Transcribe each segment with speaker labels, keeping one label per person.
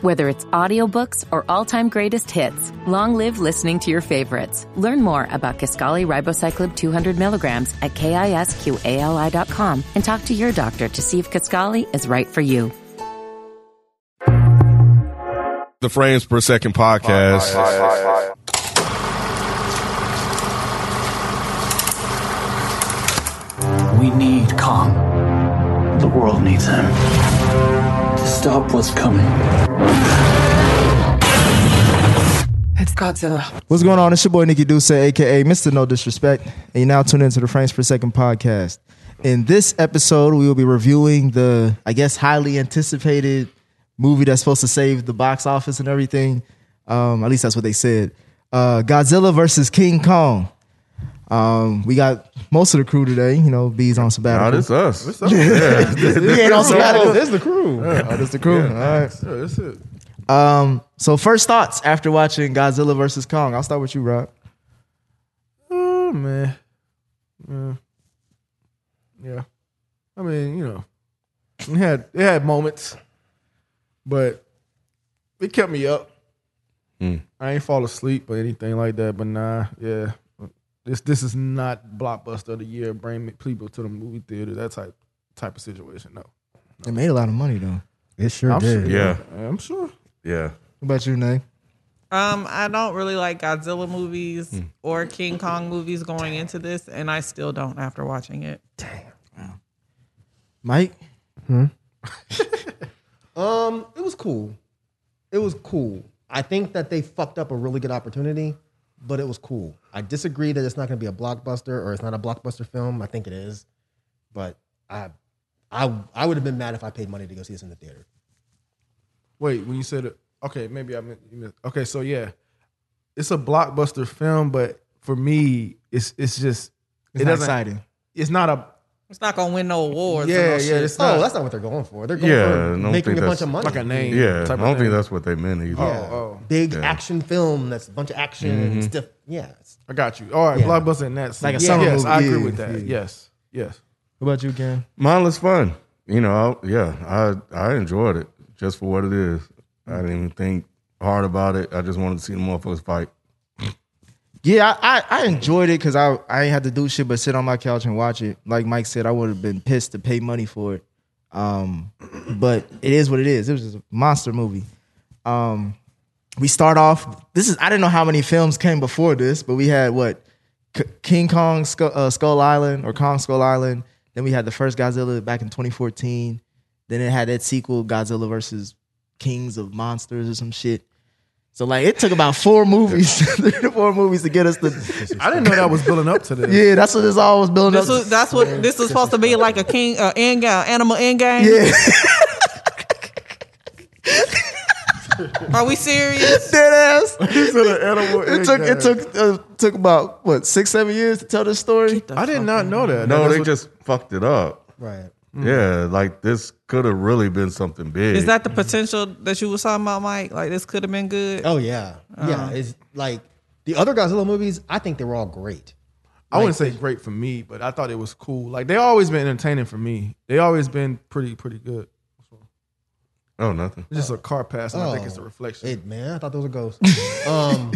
Speaker 1: Whether it's audiobooks or all-time greatest hits, long live listening to your favorites. Learn more about Kaskali Ribocyclib 200 milligrams at kisqali.com and talk to your doctor to see if Kaskali is right for you.
Speaker 2: The Frames Per Second podcast.
Speaker 3: We need calm. The world needs him. To stop what's coming.
Speaker 4: It's Godzilla.
Speaker 5: What's going on? It's your boy Nikki Duce, aka Mr. No Disrespect, and you now tune into the Frames Per Second podcast. In this episode, we will be reviewing the, I guess, highly anticipated movie that's supposed to save the box office and everything. Um, at least that's what they said. Uh, Godzilla versus King Kong. Um, we got most of the crew today. You know, B's on
Speaker 2: Nah,
Speaker 5: sabbatical.
Speaker 2: this us.
Speaker 5: we ain't on sabbatical.
Speaker 6: This is the crew.
Speaker 5: Oh, this the crew. All right.
Speaker 2: Yeah, that's it.
Speaker 5: Um, so first thoughts after watching Godzilla versus Kong. I'll start with you, Rob.
Speaker 6: Oh man. Yeah. Yeah. I mean, you know, it had it had moments, but it kept me up. I ain't fall asleep or anything like that. But nah, yeah. This this is not blockbuster of the year. Bring people to the movie theater. That type type of situation. No,
Speaker 5: It made a lot of money though.
Speaker 7: It sure
Speaker 6: I'm
Speaker 7: did.
Speaker 6: sure.
Speaker 2: Yeah.
Speaker 6: I'm sure.
Speaker 2: Yeah.
Speaker 5: What about you, Nay?
Speaker 4: Um, I don't really like Godzilla movies
Speaker 6: Hmm.
Speaker 4: or King Kong movies going into this, and I still don't after watching it.
Speaker 5: Mike?
Speaker 7: Um, it was cool. It was cool. I think that they fucked up a really good opportunity, but it was cool. I disagree that it's not going to be a blockbuster or it's not a blockbuster film. I think it is, but I, I, I would have been mad if I paid money to go see this in the theater.
Speaker 6: Wait, when you said it, okay, maybe I meant, you meant- okay. So yeah, it's a blockbuster film, but for me, it's it's just
Speaker 5: It's
Speaker 6: it
Speaker 5: not
Speaker 6: doesn't-
Speaker 5: exciting.
Speaker 6: It's not a
Speaker 4: It's not gonna win no awards.
Speaker 6: yeah
Speaker 4: or no
Speaker 6: yeah.
Speaker 4: shit.
Speaker 6: It's not
Speaker 7: Oh, that's not what they're going for. They're going
Speaker 2: Yeah, I
Speaker 7: for
Speaker 2: don't
Speaker 7: making
Speaker 2: think
Speaker 7: a bunch
Speaker 2: that's-
Speaker 7: of money.
Speaker 6: like a name.
Speaker 2: Yeah. I
Speaker 6: type of
Speaker 2: don't
Speaker 6: thing.
Speaker 2: think that's what they meant either.
Speaker 7: Yeah.
Speaker 6: oh.
Speaker 7: Big
Speaker 2: Yeah.
Speaker 7: action film that's a bunch of action
Speaker 6: Mm-hmm.
Speaker 7: and stuff. Yeah, it's-
Speaker 6: I got you. All right,
Speaker 7: Yeah.
Speaker 6: blockbuster and that's
Speaker 5: Like a
Speaker 6: yes,
Speaker 5: summer
Speaker 6: yes,
Speaker 5: movie.
Speaker 6: I agree
Speaker 5: Yeah,
Speaker 6: with that.
Speaker 5: yeah.
Speaker 6: Yes, yes.
Speaker 5: What about you, Cam?
Speaker 2: Mine was fun. You know, I, yeah, I I enjoyed it just for what it is. I didn't even think hard about it. I just wanted to see the motherfuckers fight.
Speaker 5: Yeah, I, I, I enjoyed it because I, I ain't had to do shit but sit on my couch and watch it. Like Mike said, I would have been pissed to pay money for it. Um, but it is what it is. It was just a monster movie. Um, we start off. This is I didn't know how many films came before this, but we had what K- King Kong Skull, uh, Skull Island or Kong Skull Island. Then we had the first Godzilla back in 2014. Then it had that sequel Godzilla versus Kings of Monsters or some shit. So like it took about four movies, three to four movies to get us to.
Speaker 6: I didn't know that was building up to this.
Speaker 5: Yeah, that's what this all was building
Speaker 4: This
Speaker 5: up.
Speaker 4: was, that's what this was supposed to be like a king uh, end game, animal end game.
Speaker 5: yeah,
Speaker 4: Are we serious?
Speaker 5: dead ass.
Speaker 6: animal
Speaker 5: It took it took uh, took about what six seven years to tell this story.
Speaker 6: I did not know that.
Speaker 2: No,
Speaker 6: That's
Speaker 2: they
Speaker 6: what- Mm.
Speaker 2: just fucked it up.
Speaker 7: right.
Speaker 2: Yeah, like this could have really been something big.
Speaker 4: Is that the potential that you was talking about, Mike? Like this could have been good.
Speaker 7: Oh yeah,
Speaker 6: Uh.
Speaker 7: yeah. It's like the other Godzilla movies. I think they were all great.
Speaker 6: I wouldn't say great for me, but I thought it was cool. Like they always been entertaining for me. They always been pretty pretty good.
Speaker 2: oh, nothing.
Speaker 6: It's just a car pass, and I think it's a
Speaker 7: Oh,
Speaker 6: reflection.
Speaker 7: It man, I thought there was a ghost. um,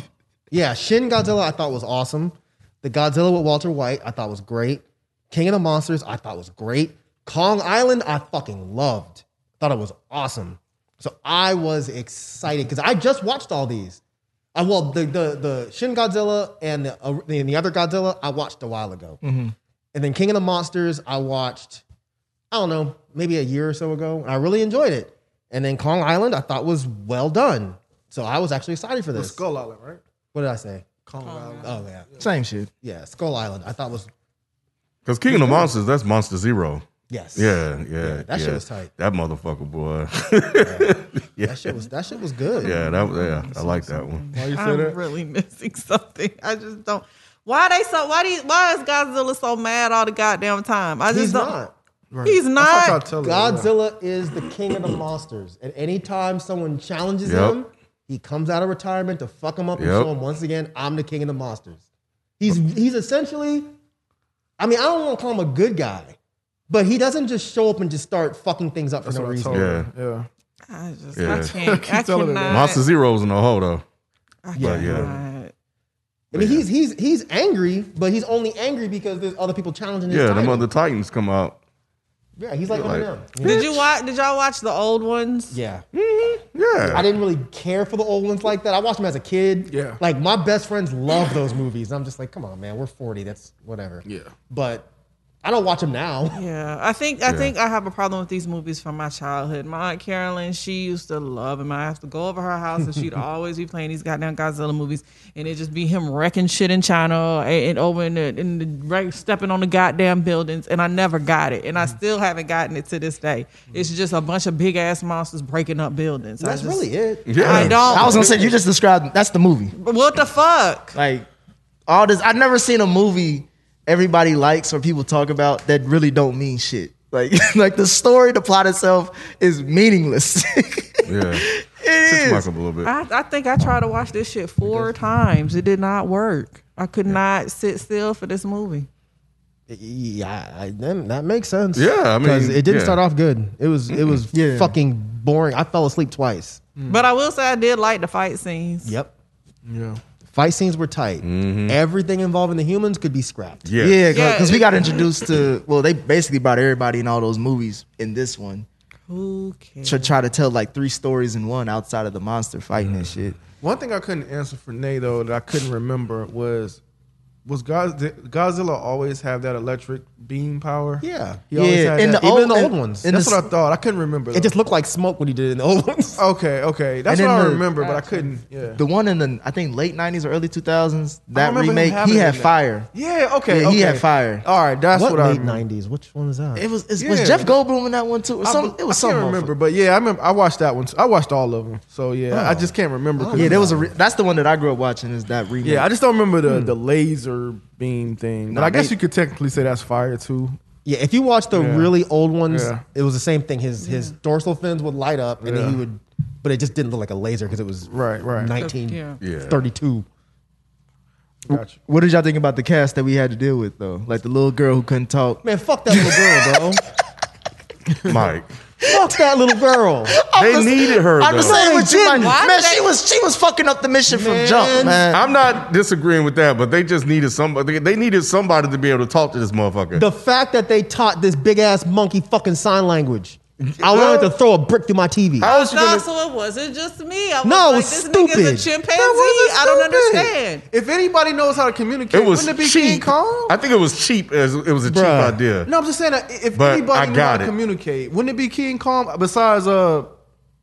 Speaker 7: yeah, Shin Godzilla I thought was awesome. The Godzilla with Walter White I thought was great. King of the Monsters I thought was great. Kong Island I fucking loved. Thought it was awesome. So I was excited because I just watched all these. I well the the the Shin Godzilla and the uh, and the other Godzilla I watched a while ago,
Speaker 6: Mm-hmm.
Speaker 7: and then King of the Monsters I watched. I don't know, maybe a year or so ago. and I really enjoyed it. And then Kong Island, I thought was well done. So I was actually excited for this.
Speaker 6: Skull Island, right?
Speaker 7: What did I say?
Speaker 6: Kong Island.
Speaker 7: Oh yeah,
Speaker 5: Same shit.
Speaker 7: yeah. Skull Island, I thought was
Speaker 2: Because King of the Monsters, that's Monster Zero.
Speaker 7: yes.
Speaker 2: Yeah, yeah,
Speaker 7: that shit
Speaker 2: yeah.
Speaker 7: was tight.
Speaker 2: That motherfucker boy.
Speaker 7: That shit was that shit was good.
Speaker 2: yeah, that was yeah. I like that one.
Speaker 6: Why you say
Speaker 4: I'm
Speaker 6: that?
Speaker 4: really missing something. I just don't. Why they so? Why do? you- Why is Godzilla so mad all the goddamn time? I just
Speaker 7: He's
Speaker 4: don't.
Speaker 7: not.
Speaker 4: He's
Speaker 6: I
Speaker 4: not.
Speaker 6: thought y'all tell her, yeah.
Speaker 7: Godzilla is the king of the monsters. At any time someone challenges
Speaker 2: Yep.
Speaker 7: him, he comes out of retirement to fuck him up and
Speaker 2: Yep.
Speaker 7: show him once again, I'm the king of the monsters. He's he's essentially, I mean, I don't want to call him a good guy, but he doesn't just show up and just start fucking things up for
Speaker 6: That's
Speaker 7: no
Speaker 6: what I
Speaker 7: reason.
Speaker 6: told her. Yeah.
Speaker 4: I just
Speaker 2: Yeah.
Speaker 4: I can't. I
Speaker 6: telling me
Speaker 4: cannot.
Speaker 2: Monster Zero was in the hole though.
Speaker 4: I
Speaker 2: Yeah, yeah.
Speaker 4: cannot.
Speaker 7: I mean, he's he's he's angry, but he's only angry because there's other people challenging his
Speaker 2: Yeah,
Speaker 7: title.
Speaker 2: them other Titans come out.
Speaker 7: yeah, he's like,
Speaker 2: like-
Speaker 7: Eminem.
Speaker 4: Did you watch? Did y'all watch the old ones?
Speaker 7: yeah. I
Speaker 2: Yeah,
Speaker 7: didn't really care for the old ones like that. I watched them as a kid.
Speaker 6: Yeah.
Speaker 7: Like my best friends love those movies. And I'm just like, come on, man, we're 40. That's whatever.
Speaker 6: Yeah.
Speaker 7: But I don't watch them now.
Speaker 4: Yeah, I think I think I have a problem with these movies from my childhood. My aunt Carolyn, she used to love him. I have to go over her house, and she'd always be playing these goddamn Godzilla movies, and it'd just be him wrecking shit in China and, and over in the, in the right, stepping on the goddamn buildings. And I never got it, and I still haven't gotten it to this day. It's just a bunch of big ass monsters breaking up buildings. I
Speaker 7: That's
Speaker 4: just-
Speaker 7: really it.
Speaker 2: yeah.
Speaker 4: I don't.
Speaker 5: I was gonna say you just described that's the movie.
Speaker 4: What the fuck?
Speaker 5: Like all this, I've never seen a movie everybody likes or people talk about that really don't mean shit. Like like the story, the plot itself is meaningless. it
Speaker 2: Yeah, Shit's
Speaker 5: is.
Speaker 2: Mike up a little bit.
Speaker 4: I, I think I tried to watch this shit four times. It did not work. I could not sit still for this movie.
Speaker 7: Yeah, I, then that makes sense.
Speaker 2: Yeah, I mean,
Speaker 7: 'Cause it didn't
Speaker 2: yeah.
Speaker 7: start off good. It was it was
Speaker 5: Yeah.
Speaker 7: fucking boring. I fell asleep twice.
Speaker 4: But I will say I did like the fight scenes.
Speaker 7: Yep.
Speaker 6: Yeah.
Speaker 7: Fight scenes were tight. Everything involving the humans could be scrapped.
Speaker 2: yeah,
Speaker 5: Yeah, because
Speaker 4: Yeah.
Speaker 5: we got introduced to well, they basically brought everybody in all those movies in this one
Speaker 4: Who cares?
Speaker 5: to try to tell like three stories in one outside of the monster fighting and shit.
Speaker 6: One thing I couldn't answer for Nay though that I couldn't remember was was God, did Godzilla always have that electric beam power?
Speaker 7: Yeah.
Speaker 6: He always
Speaker 5: Yeah,
Speaker 6: had
Speaker 5: in
Speaker 6: that.
Speaker 5: the
Speaker 7: Even
Speaker 5: old-
Speaker 7: in the
Speaker 5: in-
Speaker 7: old ones.
Speaker 5: in
Speaker 6: That's
Speaker 5: the-
Speaker 6: what I thought. I couldn't remember.
Speaker 7: it
Speaker 6: though.
Speaker 7: just looked like smoke when he did it in the old ones.
Speaker 6: okay, okay. That's
Speaker 5: And
Speaker 6: what
Speaker 5: then
Speaker 6: I
Speaker 5: the-
Speaker 6: remember, but I couldn't. Yeah.
Speaker 5: The one in the I think late nineties or early two thousands
Speaker 6: I
Speaker 5: that
Speaker 6: remember him
Speaker 5: remake
Speaker 6: having
Speaker 5: he had
Speaker 6: that.
Speaker 5: fire.
Speaker 6: Yeah. Okay.
Speaker 5: Yeah, he
Speaker 6: okay.
Speaker 5: had fire.
Speaker 6: All right. That's what,
Speaker 7: what
Speaker 6: I
Speaker 7: late
Speaker 6: remember.
Speaker 7: nineties? Which one is that?
Speaker 5: It was it's,
Speaker 6: Yeah.
Speaker 5: was Jeff Goldblum in that one too. Or
Speaker 6: I
Speaker 5: some,
Speaker 6: be-
Speaker 5: it was
Speaker 6: I
Speaker 5: some
Speaker 6: can't
Speaker 5: motherfucker.
Speaker 6: remember, but yeah, I remember. I watched that one. too. I watched all of them. So yeah, I
Speaker 7: Oh.
Speaker 6: just can't remember. 'cause-
Speaker 5: Yeah, there was a. Re- that's the one that I grew up watching. Is that remake?
Speaker 6: Yeah, I just don't remember the, the laser beam thing. But
Speaker 5: Nah,
Speaker 6: I guess
Speaker 5: they-
Speaker 6: you could technically say that's fire too.
Speaker 7: Yeah, if you watch the
Speaker 6: Yeah.
Speaker 7: really old ones,
Speaker 6: Yeah.
Speaker 7: it was the same thing. His his dorsal fins would light up, and
Speaker 6: Yeah.
Speaker 7: then he would, but it just didn't look like a laser because it was
Speaker 6: Right, right.
Speaker 7: nineteen
Speaker 4: Yeah.
Speaker 2: Yeah.
Speaker 7: thirty two.
Speaker 6: Gotcha.
Speaker 5: what did y'all think about the cast that we had to deal with though? Like the little girl who couldn't talk.
Speaker 7: Man, fuck that little girl,
Speaker 2: Mike.
Speaker 7: bro. fuck that little girl.
Speaker 2: They needed her.
Speaker 5: I'm
Speaker 2: though.
Speaker 5: just saying what you
Speaker 7: didn't.
Speaker 5: like,
Speaker 4: Why
Speaker 5: man.
Speaker 4: did they-
Speaker 5: She was she was fucking up the mission from
Speaker 7: Man.
Speaker 5: jump, man.
Speaker 2: I'm not disagreeing with that, but they just needed somebody. They needed somebody to be able to talk to this motherfucker.
Speaker 7: The fact that they taught this big ass monkey fucking sign language, I wanted to throw a brick through my TV.
Speaker 2: How else you
Speaker 4: No,
Speaker 2: gonna-
Speaker 4: so it wasn't just me. I was
Speaker 7: No, it
Speaker 4: like,
Speaker 7: was
Speaker 4: this nigga's a
Speaker 7: stupid.
Speaker 4: chimpanzee.
Speaker 6: That wasn't
Speaker 4: I don't
Speaker 6: stupid.
Speaker 4: understand.
Speaker 6: If anybody knows how to communicate,
Speaker 2: it was
Speaker 6: wouldn't it be
Speaker 2: cheap.
Speaker 6: King Kong?
Speaker 2: I think it was cheap. As it was a
Speaker 7: Bruh.
Speaker 2: cheap idea.
Speaker 6: no, I'm just saying that i- if
Speaker 2: But I
Speaker 6: anybody knows how
Speaker 2: got
Speaker 6: to
Speaker 2: it.
Speaker 6: communicate, wouldn't it be King Kong? Besides, uh,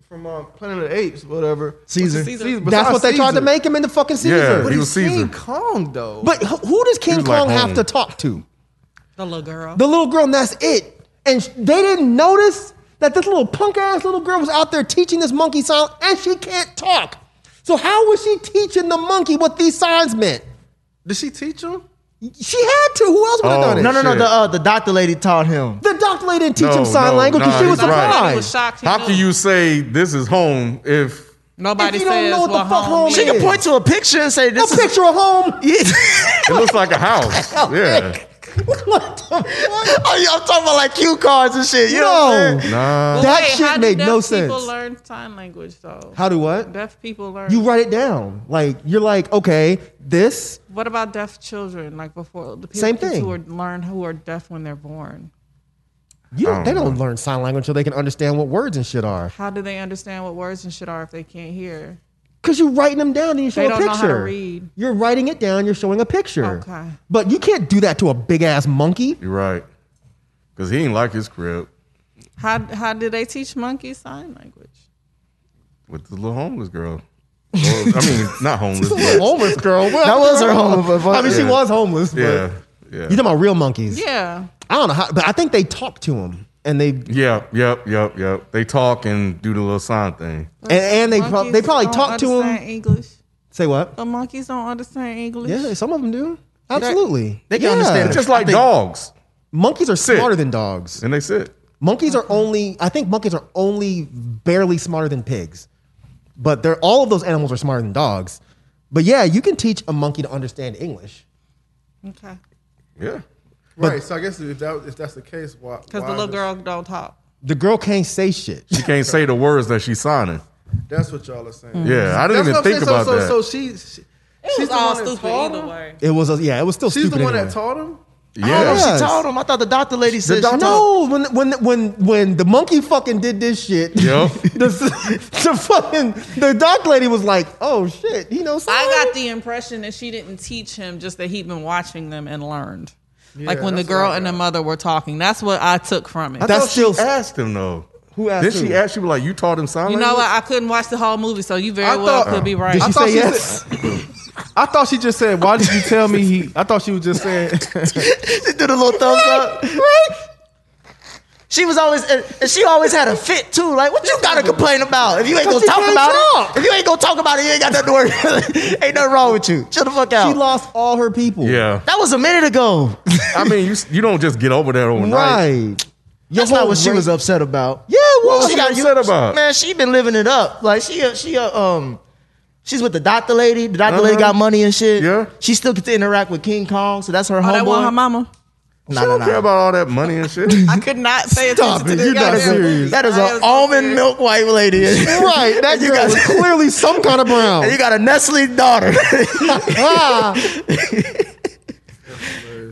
Speaker 6: from uh, Planet of the Apes, whatever.
Speaker 5: Caesar.
Speaker 4: Caesar.
Speaker 7: That's
Speaker 6: besides
Speaker 7: what they tried
Speaker 6: Caesar.
Speaker 7: to make him into fucking Caesar.
Speaker 2: Yeah,
Speaker 7: But,
Speaker 2: he
Speaker 7: he-
Speaker 2: was
Speaker 6: King
Speaker 2: Caesar.
Speaker 6: Kong though.
Speaker 7: but who who does King
Speaker 2: was like
Speaker 7: Kong have
Speaker 2: home.
Speaker 7: to talk to?
Speaker 4: The little girl.
Speaker 7: the little girl, and that's it. And sh- they didn't notice that this little punk ass little girl was out there teaching this monkey sign, and she can't talk. So how was she teaching the monkey what these signs meant?
Speaker 6: Did she teach him?
Speaker 7: She had to. Who else would have
Speaker 2: Oh,
Speaker 7: done it?
Speaker 5: no, no, no.
Speaker 2: Shit.
Speaker 5: The uh, the doctor lady taught him.
Speaker 7: The doctor lady didn't teach
Speaker 2: No,
Speaker 7: him sign
Speaker 2: no,
Speaker 7: language because
Speaker 2: nah,
Speaker 7: she
Speaker 2: he's
Speaker 7: was
Speaker 2: right.
Speaker 4: Somebody
Speaker 7: surprised.
Speaker 4: was shocked. he
Speaker 2: How
Speaker 4: knew.
Speaker 2: can you say this is home if
Speaker 4: Nobody
Speaker 7: If you don't
Speaker 4: says
Speaker 7: know what the
Speaker 4: well,
Speaker 7: fuck home
Speaker 5: She could
Speaker 7: is.
Speaker 5: point to a picture and say,
Speaker 7: A
Speaker 5: "This is
Speaker 7: picture of home.
Speaker 2: it looks like a house? Yeah.
Speaker 7: what the fuck?
Speaker 5: Oh, yeah, I'm talking about like cue cards and shit. You know what I'm
Speaker 7: No.
Speaker 5: saying?
Speaker 2: Nah.
Speaker 4: Well,
Speaker 7: That
Speaker 4: wait,
Speaker 7: shit
Speaker 4: how do
Speaker 7: made no
Speaker 4: deaf People
Speaker 7: sense.
Speaker 4: learn sign language though.
Speaker 7: How do what?
Speaker 4: deaf people learn?
Speaker 7: You write it down. Like you're like, okay, this.
Speaker 4: What about deaf children? Like before, the people
Speaker 7: Same
Speaker 4: who are
Speaker 7: thing.
Speaker 4: learn who are deaf when they're born.
Speaker 7: You don't, they don't learn sign language until they can understand what words and shit are.
Speaker 4: How do they understand what words and shit are if they can't hear?
Speaker 7: Because you're writing them down and you show
Speaker 4: They
Speaker 7: a
Speaker 4: don't
Speaker 7: picture.
Speaker 4: know how to read.
Speaker 7: You're writing it down. You're showing a picture.
Speaker 4: Okay.
Speaker 7: But you can't do that to a big ass monkey.
Speaker 2: You're right. Cause he ain't like his crib
Speaker 4: How how do they teach monkeys sign language?
Speaker 2: with the little homeless girl. Well, I mean, not homeless. but
Speaker 7: homeless girl. Well,
Speaker 5: That was her home.
Speaker 7: I mean, she
Speaker 2: Yeah.
Speaker 7: was homeless. But
Speaker 2: yeah,
Speaker 7: You
Speaker 2: yeah,
Speaker 7: talking about real monkeys?
Speaker 4: Yeah.
Speaker 7: I don't know how, but I think they talk to him and they and,
Speaker 2: yeah, yep, yep, yep. They talk and do the little sign thing.
Speaker 7: and they prob-
Speaker 4: Monkeys
Speaker 7: they probably
Speaker 4: don't
Speaker 7: talk to
Speaker 4: understand Oh,
Speaker 7: him.
Speaker 4: English.
Speaker 7: Say what?
Speaker 4: The monkeys don't understand English.
Speaker 7: Yeah, some of them do. Absolutely.
Speaker 5: they can
Speaker 7: Yeah.
Speaker 5: understand
Speaker 2: It's
Speaker 5: it.
Speaker 2: just like dogs,
Speaker 7: Monkeys are
Speaker 2: it.
Speaker 7: smarter than dogs.
Speaker 2: and they sit.
Speaker 7: Monkeys are only. I think monkeys are only barely smarter than pigs, but they're all of those animals are smarter than dogs. But yeah, you can teach a monkey to understand English.
Speaker 4: Okay.
Speaker 2: Yeah,
Speaker 6: Right. So I guess if that if that's the case, why?
Speaker 4: Because the
Speaker 6: why
Speaker 4: little
Speaker 6: does-
Speaker 4: girl don't talk.
Speaker 7: The girl can't say shit.
Speaker 2: She can't say the words that she's signing.
Speaker 6: That's what y'all are saying.
Speaker 2: Yeah, I didn't
Speaker 6: That's what
Speaker 2: even
Speaker 6: I'm
Speaker 2: think
Speaker 6: saying. So-
Speaker 2: about
Speaker 6: so,
Speaker 2: that.
Speaker 6: So, she, she
Speaker 4: It was
Speaker 6: she's the
Speaker 4: all
Speaker 6: one that
Speaker 4: stupid
Speaker 6: taught
Speaker 4: either
Speaker 6: him?
Speaker 4: way.
Speaker 7: It was, a, yeah, it was still
Speaker 6: She's
Speaker 7: stupid.
Speaker 6: the one
Speaker 7: anyway.
Speaker 6: that taught him.
Speaker 5: I don't know
Speaker 2: yeah,
Speaker 5: if
Speaker 7: Yes.
Speaker 5: she told him. I thought the doctor lady said she told
Speaker 7: No, when when when when the monkey fucking did this shit,
Speaker 2: Yup.
Speaker 7: the, the fucking the doc lady was like, "Oh shit, he knows." Something.
Speaker 4: I got the impression that she didn't teach him, just that he'd been watching them and learned. like when the
Speaker 6: that's what I
Speaker 4: girl and the mother were talking, that's what I took from it.
Speaker 7: I that's
Speaker 2: That's
Speaker 7: still-
Speaker 2: still she asked him though.
Speaker 7: Who asked
Speaker 2: Then
Speaker 7: who?
Speaker 2: she asked you like you taught him sign
Speaker 4: you
Speaker 2: language.
Speaker 4: know what? I couldn't watch the whole movie, so you very
Speaker 6: I
Speaker 4: well
Speaker 6: thought-
Speaker 4: could be right.
Speaker 7: Did
Speaker 6: I
Speaker 7: she
Speaker 6: thought
Speaker 7: say
Speaker 6: she
Speaker 7: yes?
Speaker 6: I thought she just said, "Why did you tell me he?" I thought she was just saying.
Speaker 5: She did a little thumbs up. Right? She was always, and and she always had a fit too. Like, what you gotta complain about? If you ain't gonna
Speaker 7: she
Speaker 5: talk
Speaker 7: can't
Speaker 5: about
Speaker 7: talk.
Speaker 5: it, if you ain't gonna talk about it, you ain't got nothing to worry. ain't nothing wrong with you. Chill the fuck out.
Speaker 7: she lost all her people.
Speaker 2: yeah,
Speaker 5: that was a minute ago.
Speaker 2: I mean you you don't just get over that overnight.
Speaker 7: right.
Speaker 5: That's not what she was upset about.
Speaker 7: Yeah, well,
Speaker 2: was she upset about?
Speaker 5: Man, she been living it up. Like she, a- she, a, um, she's with the doctor lady. The doctor lady
Speaker 2: Uh-huh.
Speaker 5: got money and shit.
Speaker 2: Yeah.
Speaker 5: she still gets to interact with King Kong, so that's her
Speaker 4: oh,
Speaker 5: homeboy.
Speaker 4: that one, her mama.
Speaker 5: Nah,
Speaker 2: She
Speaker 5: nah,
Speaker 2: don't
Speaker 5: nah.
Speaker 2: care about all that money and shit.
Speaker 4: I could not pay
Speaker 7: Stop
Speaker 4: attention to
Speaker 7: it,
Speaker 4: this.
Speaker 7: you're not
Speaker 4: goddamn
Speaker 7: serious.
Speaker 4: movie.
Speaker 5: That is
Speaker 4: I
Speaker 5: an
Speaker 4: was
Speaker 5: almond
Speaker 4: serious.
Speaker 5: milk white lady.
Speaker 7: right. That
Speaker 5: And you
Speaker 7: girl
Speaker 5: got-
Speaker 7: was clearly some kind of brown.
Speaker 5: And you got a Nestle daughter.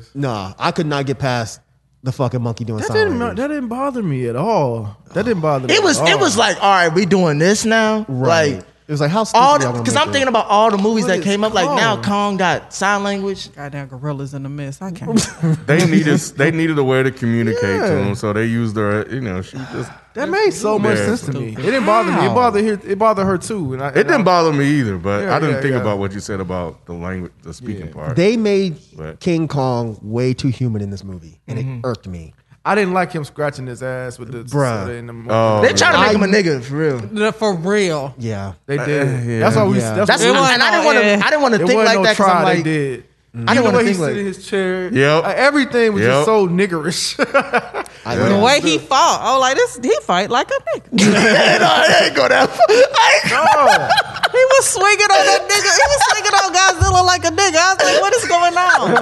Speaker 7: nah, I could not get past the fucking monkey doing
Speaker 6: That
Speaker 7: sign
Speaker 6: didn't. That
Speaker 7: language.
Speaker 6: didn't bother me at all. That didn't bother me.
Speaker 5: it was
Speaker 6: At all.
Speaker 5: it was like, all right, we doing this now.
Speaker 7: Right.
Speaker 5: Like
Speaker 7: it was like how stupid
Speaker 5: all
Speaker 7: y'all gonna
Speaker 5: because
Speaker 7: make
Speaker 5: I'm
Speaker 7: it?
Speaker 5: thinking about all the movies
Speaker 6: What
Speaker 5: that
Speaker 6: is
Speaker 5: came up. Like now
Speaker 6: Kong?
Speaker 5: Kong got sign language.
Speaker 4: Goddamn gorillas in the mist. I can't.
Speaker 2: they needed they needed a way to communicate to
Speaker 6: Yeah.
Speaker 2: him, so they used her. You know, she just
Speaker 6: That made so much
Speaker 2: Yeah.
Speaker 6: sense to me. It didn't bother me. It bothered her. It bothered her too. And I,
Speaker 2: it didn't bother me either. But
Speaker 6: Yeah,
Speaker 2: I didn't
Speaker 6: yeah,
Speaker 2: think
Speaker 6: yeah.
Speaker 2: about what you said about the language, the speaking part.
Speaker 7: They made
Speaker 2: Right.
Speaker 7: King Kong way too human in this movie, and it irked me.
Speaker 6: I didn't like him scratching his ass with the
Speaker 7: Bruh.
Speaker 6: soda in the mouth.
Speaker 2: oh,
Speaker 5: They trying to make him a nigga for real.
Speaker 4: For real.
Speaker 7: Yeah, Oh,
Speaker 6: They did.
Speaker 2: yeah.
Speaker 6: That's why we.
Speaker 7: Yeah.
Speaker 5: Uh,
Speaker 6: That's,
Speaker 5: That's
Speaker 6: what
Speaker 4: It wasn't
Speaker 5: and I
Speaker 4: no-
Speaker 5: didn't want to.
Speaker 4: yeah.
Speaker 5: I didn't want to
Speaker 6: it
Speaker 5: think
Speaker 6: wasn't
Speaker 5: like
Speaker 6: no
Speaker 5: that because
Speaker 6: try
Speaker 5: I'm
Speaker 6: they
Speaker 5: like, mm-hmm.
Speaker 6: did.
Speaker 5: I didn't
Speaker 6: The
Speaker 5: want to
Speaker 6: way he
Speaker 5: think
Speaker 6: sit in
Speaker 5: like.
Speaker 6: his chair.
Speaker 2: Yep.
Speaker 6: Like, everything was
Speaker 2: Yep.
Speaker 6: just so niggerish.
Speaker 7: I,
Speaker 4: The
Speaker 7: yeah.
Speaker 4: way he fought. Oh, like this. He fight like a nigga.
Speaker 5: I ain't go that. far. I ain't go-
Speaker 4: He was swinging on that nigga. He was swinging on Godzilla like a nigga. I was like, what is going on?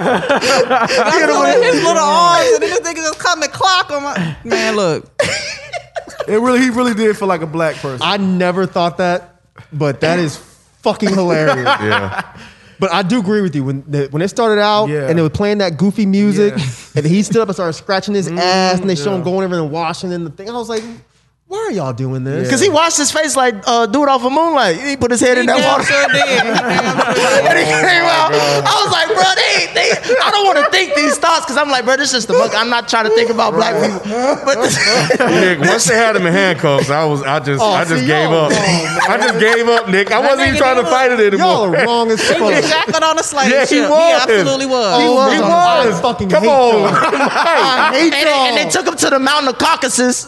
Speaker 4: Godzilla in his little arms, and then this nigga just come and clock him. I- Man, look.
Speaker 6: it really, he really did feel like a black person.
Speaker 7: I never thought that, but that is fucking hilarious.
Speaker 2: yeah,
Speaker 7: But I do agree with you when the, when it started out
Speaker 6: Yeah.
Speaker 7: and they were playing that goofy music,
Speaker 6: Yeah.
Speaker 7: and he stood up and started scratching his
Speaker 5: Mm,
Speaker 7: ass, and they show him
Speaker 6: yeah.
Speaker 7: going over and Washington. The thing I was like, why are y'all doing this?
Speaker 5: Cause he washed his face like uh, dude off of Moonlight. He put his head
Speaker 4: He
Speaker 5: in
Speaker 4: damn
Speaker 5: that water.
Speaker 4: sure did. He damn sure did.
Speaker 5: And he came out. I was like, bro, they, they I don't want to think these thoughts because I'm like, bro, this is the book. I'm not trying to think about black people. But
Speaker 2: Nick. Once they had him in handcuffs, I was, I just,
Speaker 7: Oh,
Speaker 2: I just
Speaker 7: see,
Speaker 2: gave up.
Speaker 7: y'all
Speaker 2: I just gave up, Nick. I wasn't even
Speaker 4: nigga
Speaker 2: trying to
Speaker 4: didn't
Speaker 2: fight it
Speaker 7: y'all
Speaker 2: anymore.
Speaker 7: are wrong as
Speaker 4: He was
Speaker 7: fuck.
Speaker 4: shackled on a slave
Speaker 2: Yeah, he
Speaker 4: ship. He,
Speaker 2: was.
Speaker 4: absolutely was. Oh,
Speaker 7: He was.
Speaker 2: He
Speaker 7: I
Speaker 2: was.
Speaker 7: fucking
Speaker 2: Come
Speaker 7: hate
Speaker 2: on.
Speaker 7: y'all. I hate
Speaker 5: and,
Speaker 7: y'all.
Speaker 5: and they took him to the mountain of Caucasus.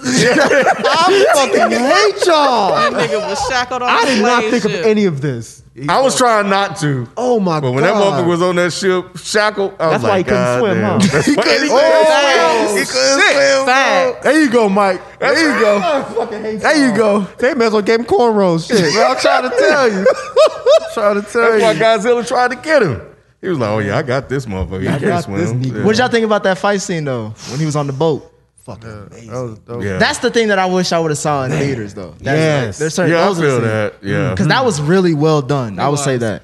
Speaker 7: I fucking hate
Speaker 4: That
Speaker 7: y'all.
Speaker 4: nigga was shackled on a
Speaker 7: I
Speaker 4: slave
Speaker 7: did not think of
Speaker 4: ship.
Speaker 7: any of this.
Speaker 2: I was trying not to.
Speaker 7: Oh my
Speaker 2: But
Speaker 7: god!
Speaker 2: when that motherfucker was on that ship, shackled, I was
Speaker 7: That's why he
Speaker 2: like,
Speaker 7: couldn't
Speaker 2: God
Speaker 7: swim,
Speaker 2: damn.
Speaker 7: huh?
Speaker 2: That's why he couldn't
Speaker 7: Oh,
Speaker 2: swim.
Speaker 4: Fact.
Speaker 6: there you go, Mike. There you go.
Speaker 7: I fucking hate
Speaker 6: There you go.
Speaker 7: They may as well gave him cornrows. Shit.
Speaker 6: Bro, I'm trying to tell you. I'm trying to tell
Speaker 2: That's why
Speaker 6: you.
Speaker 2: Godzilla tried to get him. He was like, "Oh yeah, I got this motherfucker. He
Speaker 7: got
Speaker 2: can't
Speaker 7: this
Speaker 2: swim."
Speaker 7: nigga.
Speaker 2: Yeah.
Speaker 5: What y'all think about that fight scene though? When he was on the boat.
Speaker 7: Fucking amazing.
Speaker 6: That was dope.
Speaker 2: Yeah.
Speaker 5: That's the thing that I wish I would have saw in theaters though. That's
Speaker 7: Yes.
Speaker 5: there's certain
Speaker 2: yeah, I
Speaker 5: those are the
Speaker 2: feel
Speaker 5: scenes.
Speaker 2: that. Yeah,
Speaker 5: Mm-hmm. Cause that was really well done. I would say
Speaker 4: was.
Speaker 5: that.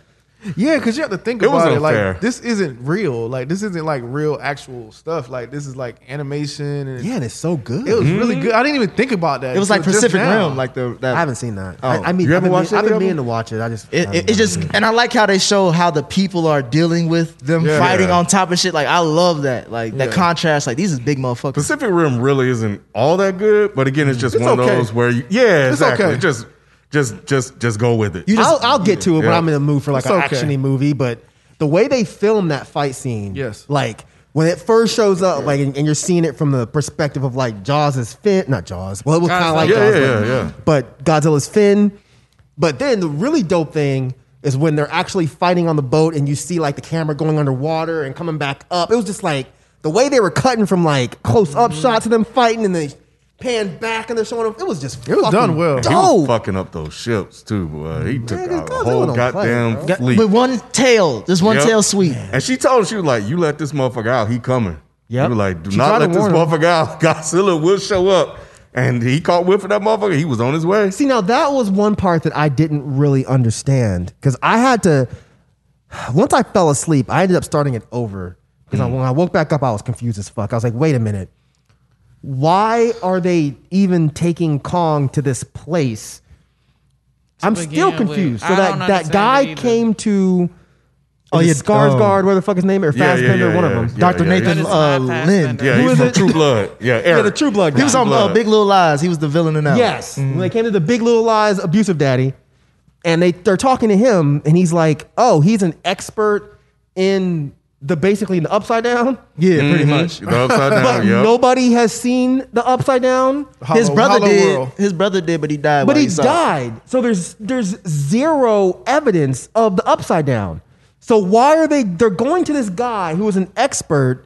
Speaker 6: Yeah, because you have to think
Speaker 2: It was
Speaker 6: about it.
Speaker 2: unfair.
Speaker 6: Like this isn't real. Like this isn't like real actual stuff. Like this is like animation and
Speaker 7: Yeah, and it's so good.
Speaker 6: it was really good. I didn't even think about that.
Speaker 5: Mm-hmm. It was like
Speaker 6: until just
Speaker 5: Pacific
Speaker 6: now.
Speaker 5: Rim, like the that
Speaker 7: I haven't seen that.
Speaker 5: Oh.
Speaker 7: I, I mean,
Speaker 2: You
Speaker 7: I've
Speaker 2: haven't
Speaker 7: been,
Speaker 2: watched
Speaker 7: I've
Speaker 2: any
Speaker 7: been
Speaker 2: of
Speaker 7: meaning to
Speaker 2: them?
Speaker 7: watch it. I just,
Speaker 5: It,
Speaker 7: I
Speaker 5: it,
Speaker 7: don't
Speaker 5: it's just, and I like how they show how the people are dealing with them
Speaker 6: Yeah.
Speaker 5: fighting
Speaker 2: Yeah.
Speaker 5: on top of shit. Like I love that, like that
Speaker 6: Yeah.
Speaker 5: contrast. Like these is big motherfuckers.
Speaker 2: Pacific Rim really isn't all that good, but again, it's just
Speaker 6: It's
Speaker 2: one
Speaker 6: okay.
Speaker 2: of those where you, yeah,
Speaker 6: It's
Speaker 2: exactly.
Speaker 6: okay.
Speaker 2: Just, just, just, just go with it.
Speaker 7: know. I'll, I'll get to it when
Speaker 2: Yeah.
Speaker 7: I'm in the mood for like
Speaker 6: It's
Speaker 7: an
Speaker 6: okay.
Speaker 7: actiony movie. But the way they film that fight scene,
Speaker 6: Yes.
Speaker 7: like when it first shows up, like and, and you're seeing it from the perspective of like Jaws' fin, not Jaws. Well, it was kind of like
Speaker 2: Yeah,
Speaker 7: Jaws,
Speaker 2: yeah,
Speaker 7: but,
Speaker 2: yeah, yeah.
Speaker 7: but Godzilla's fin. But then the really dope thing is when they're actually fighting on the boat and you see like the camera going underwater and coming back up. It was just like the way they were cutting from like close up shots of them fighting and they pan back and they're showing them. It was just it
Speaker 6: was done well.
Speaker 2: he was
Speaker 7: Dope.
Speaker 2: fucking up those ships too, boy. He took
Speaker 7: Man,
Speaker 2: out
Speaker 7: Godzilla
Speaker 2: a whole
Speaker 7: don't play,
Speaker 2: goddamn
Speaker 7: bro.
Speaker 2: fleet.
Speaker 5: With one tail, just one
Speaker 2: Yep.
Speaker 5: tail sweep.
Speaker 2: And she told him, she was like, "You let this motherfucker out, he coming."
Speaker 7: Yep.
Speaker 2: You were like, "Do
Speaker 7: She tried
Speaker 2: not
Speaker 7: to
Speaker 2: let this
Speaker 7: warn him.
Speaker 2: motherfucker out. Godzilla will show up." and he caught whiffing that motherfucker. He was on his way.
Speaker 7: See, now that was one part that I didn't really understand because I had to. Once I fell asleep, I ended up starting it over because
Speaker 4: Hmm.
Speaker 7: I- when I woke back up, I was confused as fuck. I was like, "Wait a minute, why are they even taking Kong to this place?" I'm still
Speaker 4: begin with.
Speaker 7: confused. So
Speaker 4: I
Speaker 7: that
Speaker 4: don't
Speaker 7: that
Speaker 4: understand it
Speaker 7: guy
Speaker 4: either.
Speaker 7: came to. Oh,
Speaker 5: yeah,
Speaker 7: yeah, Skarsgård, where the fuck his name or
Speaker 2: Yeah, yeah,
Speaker 7: Fassbender,
Speaker 2: yeah,
Speaker 7: one of
Speaker 2: yeah,
Speaker 7: them.
Speaker 2: yeah,
Speaker 5: Dr.
Speaker 2: yeah,
Speaker 5: Nathan
Speaker 2: yeah.
Speaker 5: uh,
Speaker 4: That is my
Speaker 5: Lynn.
Speaker 4: Fassbender.
Speaker 2: Yeah,
Speaker 7: Who
Speaker 2: he's
Speaker 7: is
Speaker 2: from
Speaker 7: it?
Speaker 2: True Blood. Yeah, Eric.
Speaker 7: Yeah, the True Blood.
Speaker 5: He was
Speaker 7: guy.
Speaker 5: on uh, Big Little Lies. He was the villain in that. one.
Speaker 7: Yes. When they came to the Big Little Lies abusive daddy, and they they're talking to him, and he's like, "Oh, he's an expert in the basically the upside down."
Speaker 5: Yeah, pretty
Speaker 2: Mhm.
Speaker 5: much.
Speaker 2: The upside down.
Speaker 7: But
Speaker 2: yep.
Speaker 7: nobody has seen the upside down,
Speaker 5: his
Speaker 6: Hollow-
Speaker 5: brother
Speaker 6: Hollow
Speaker 5: did.
Speaker 6: World.
Speaker 5: His brother did, but he died.
Speaker 7: Oh, but
Speaker 5: while
Speaker 7: he
Speaker 5: saw it.
Speaker 7: died. So there's there's zero evidence of the upside down. So why are they they're going to this guy who is an expert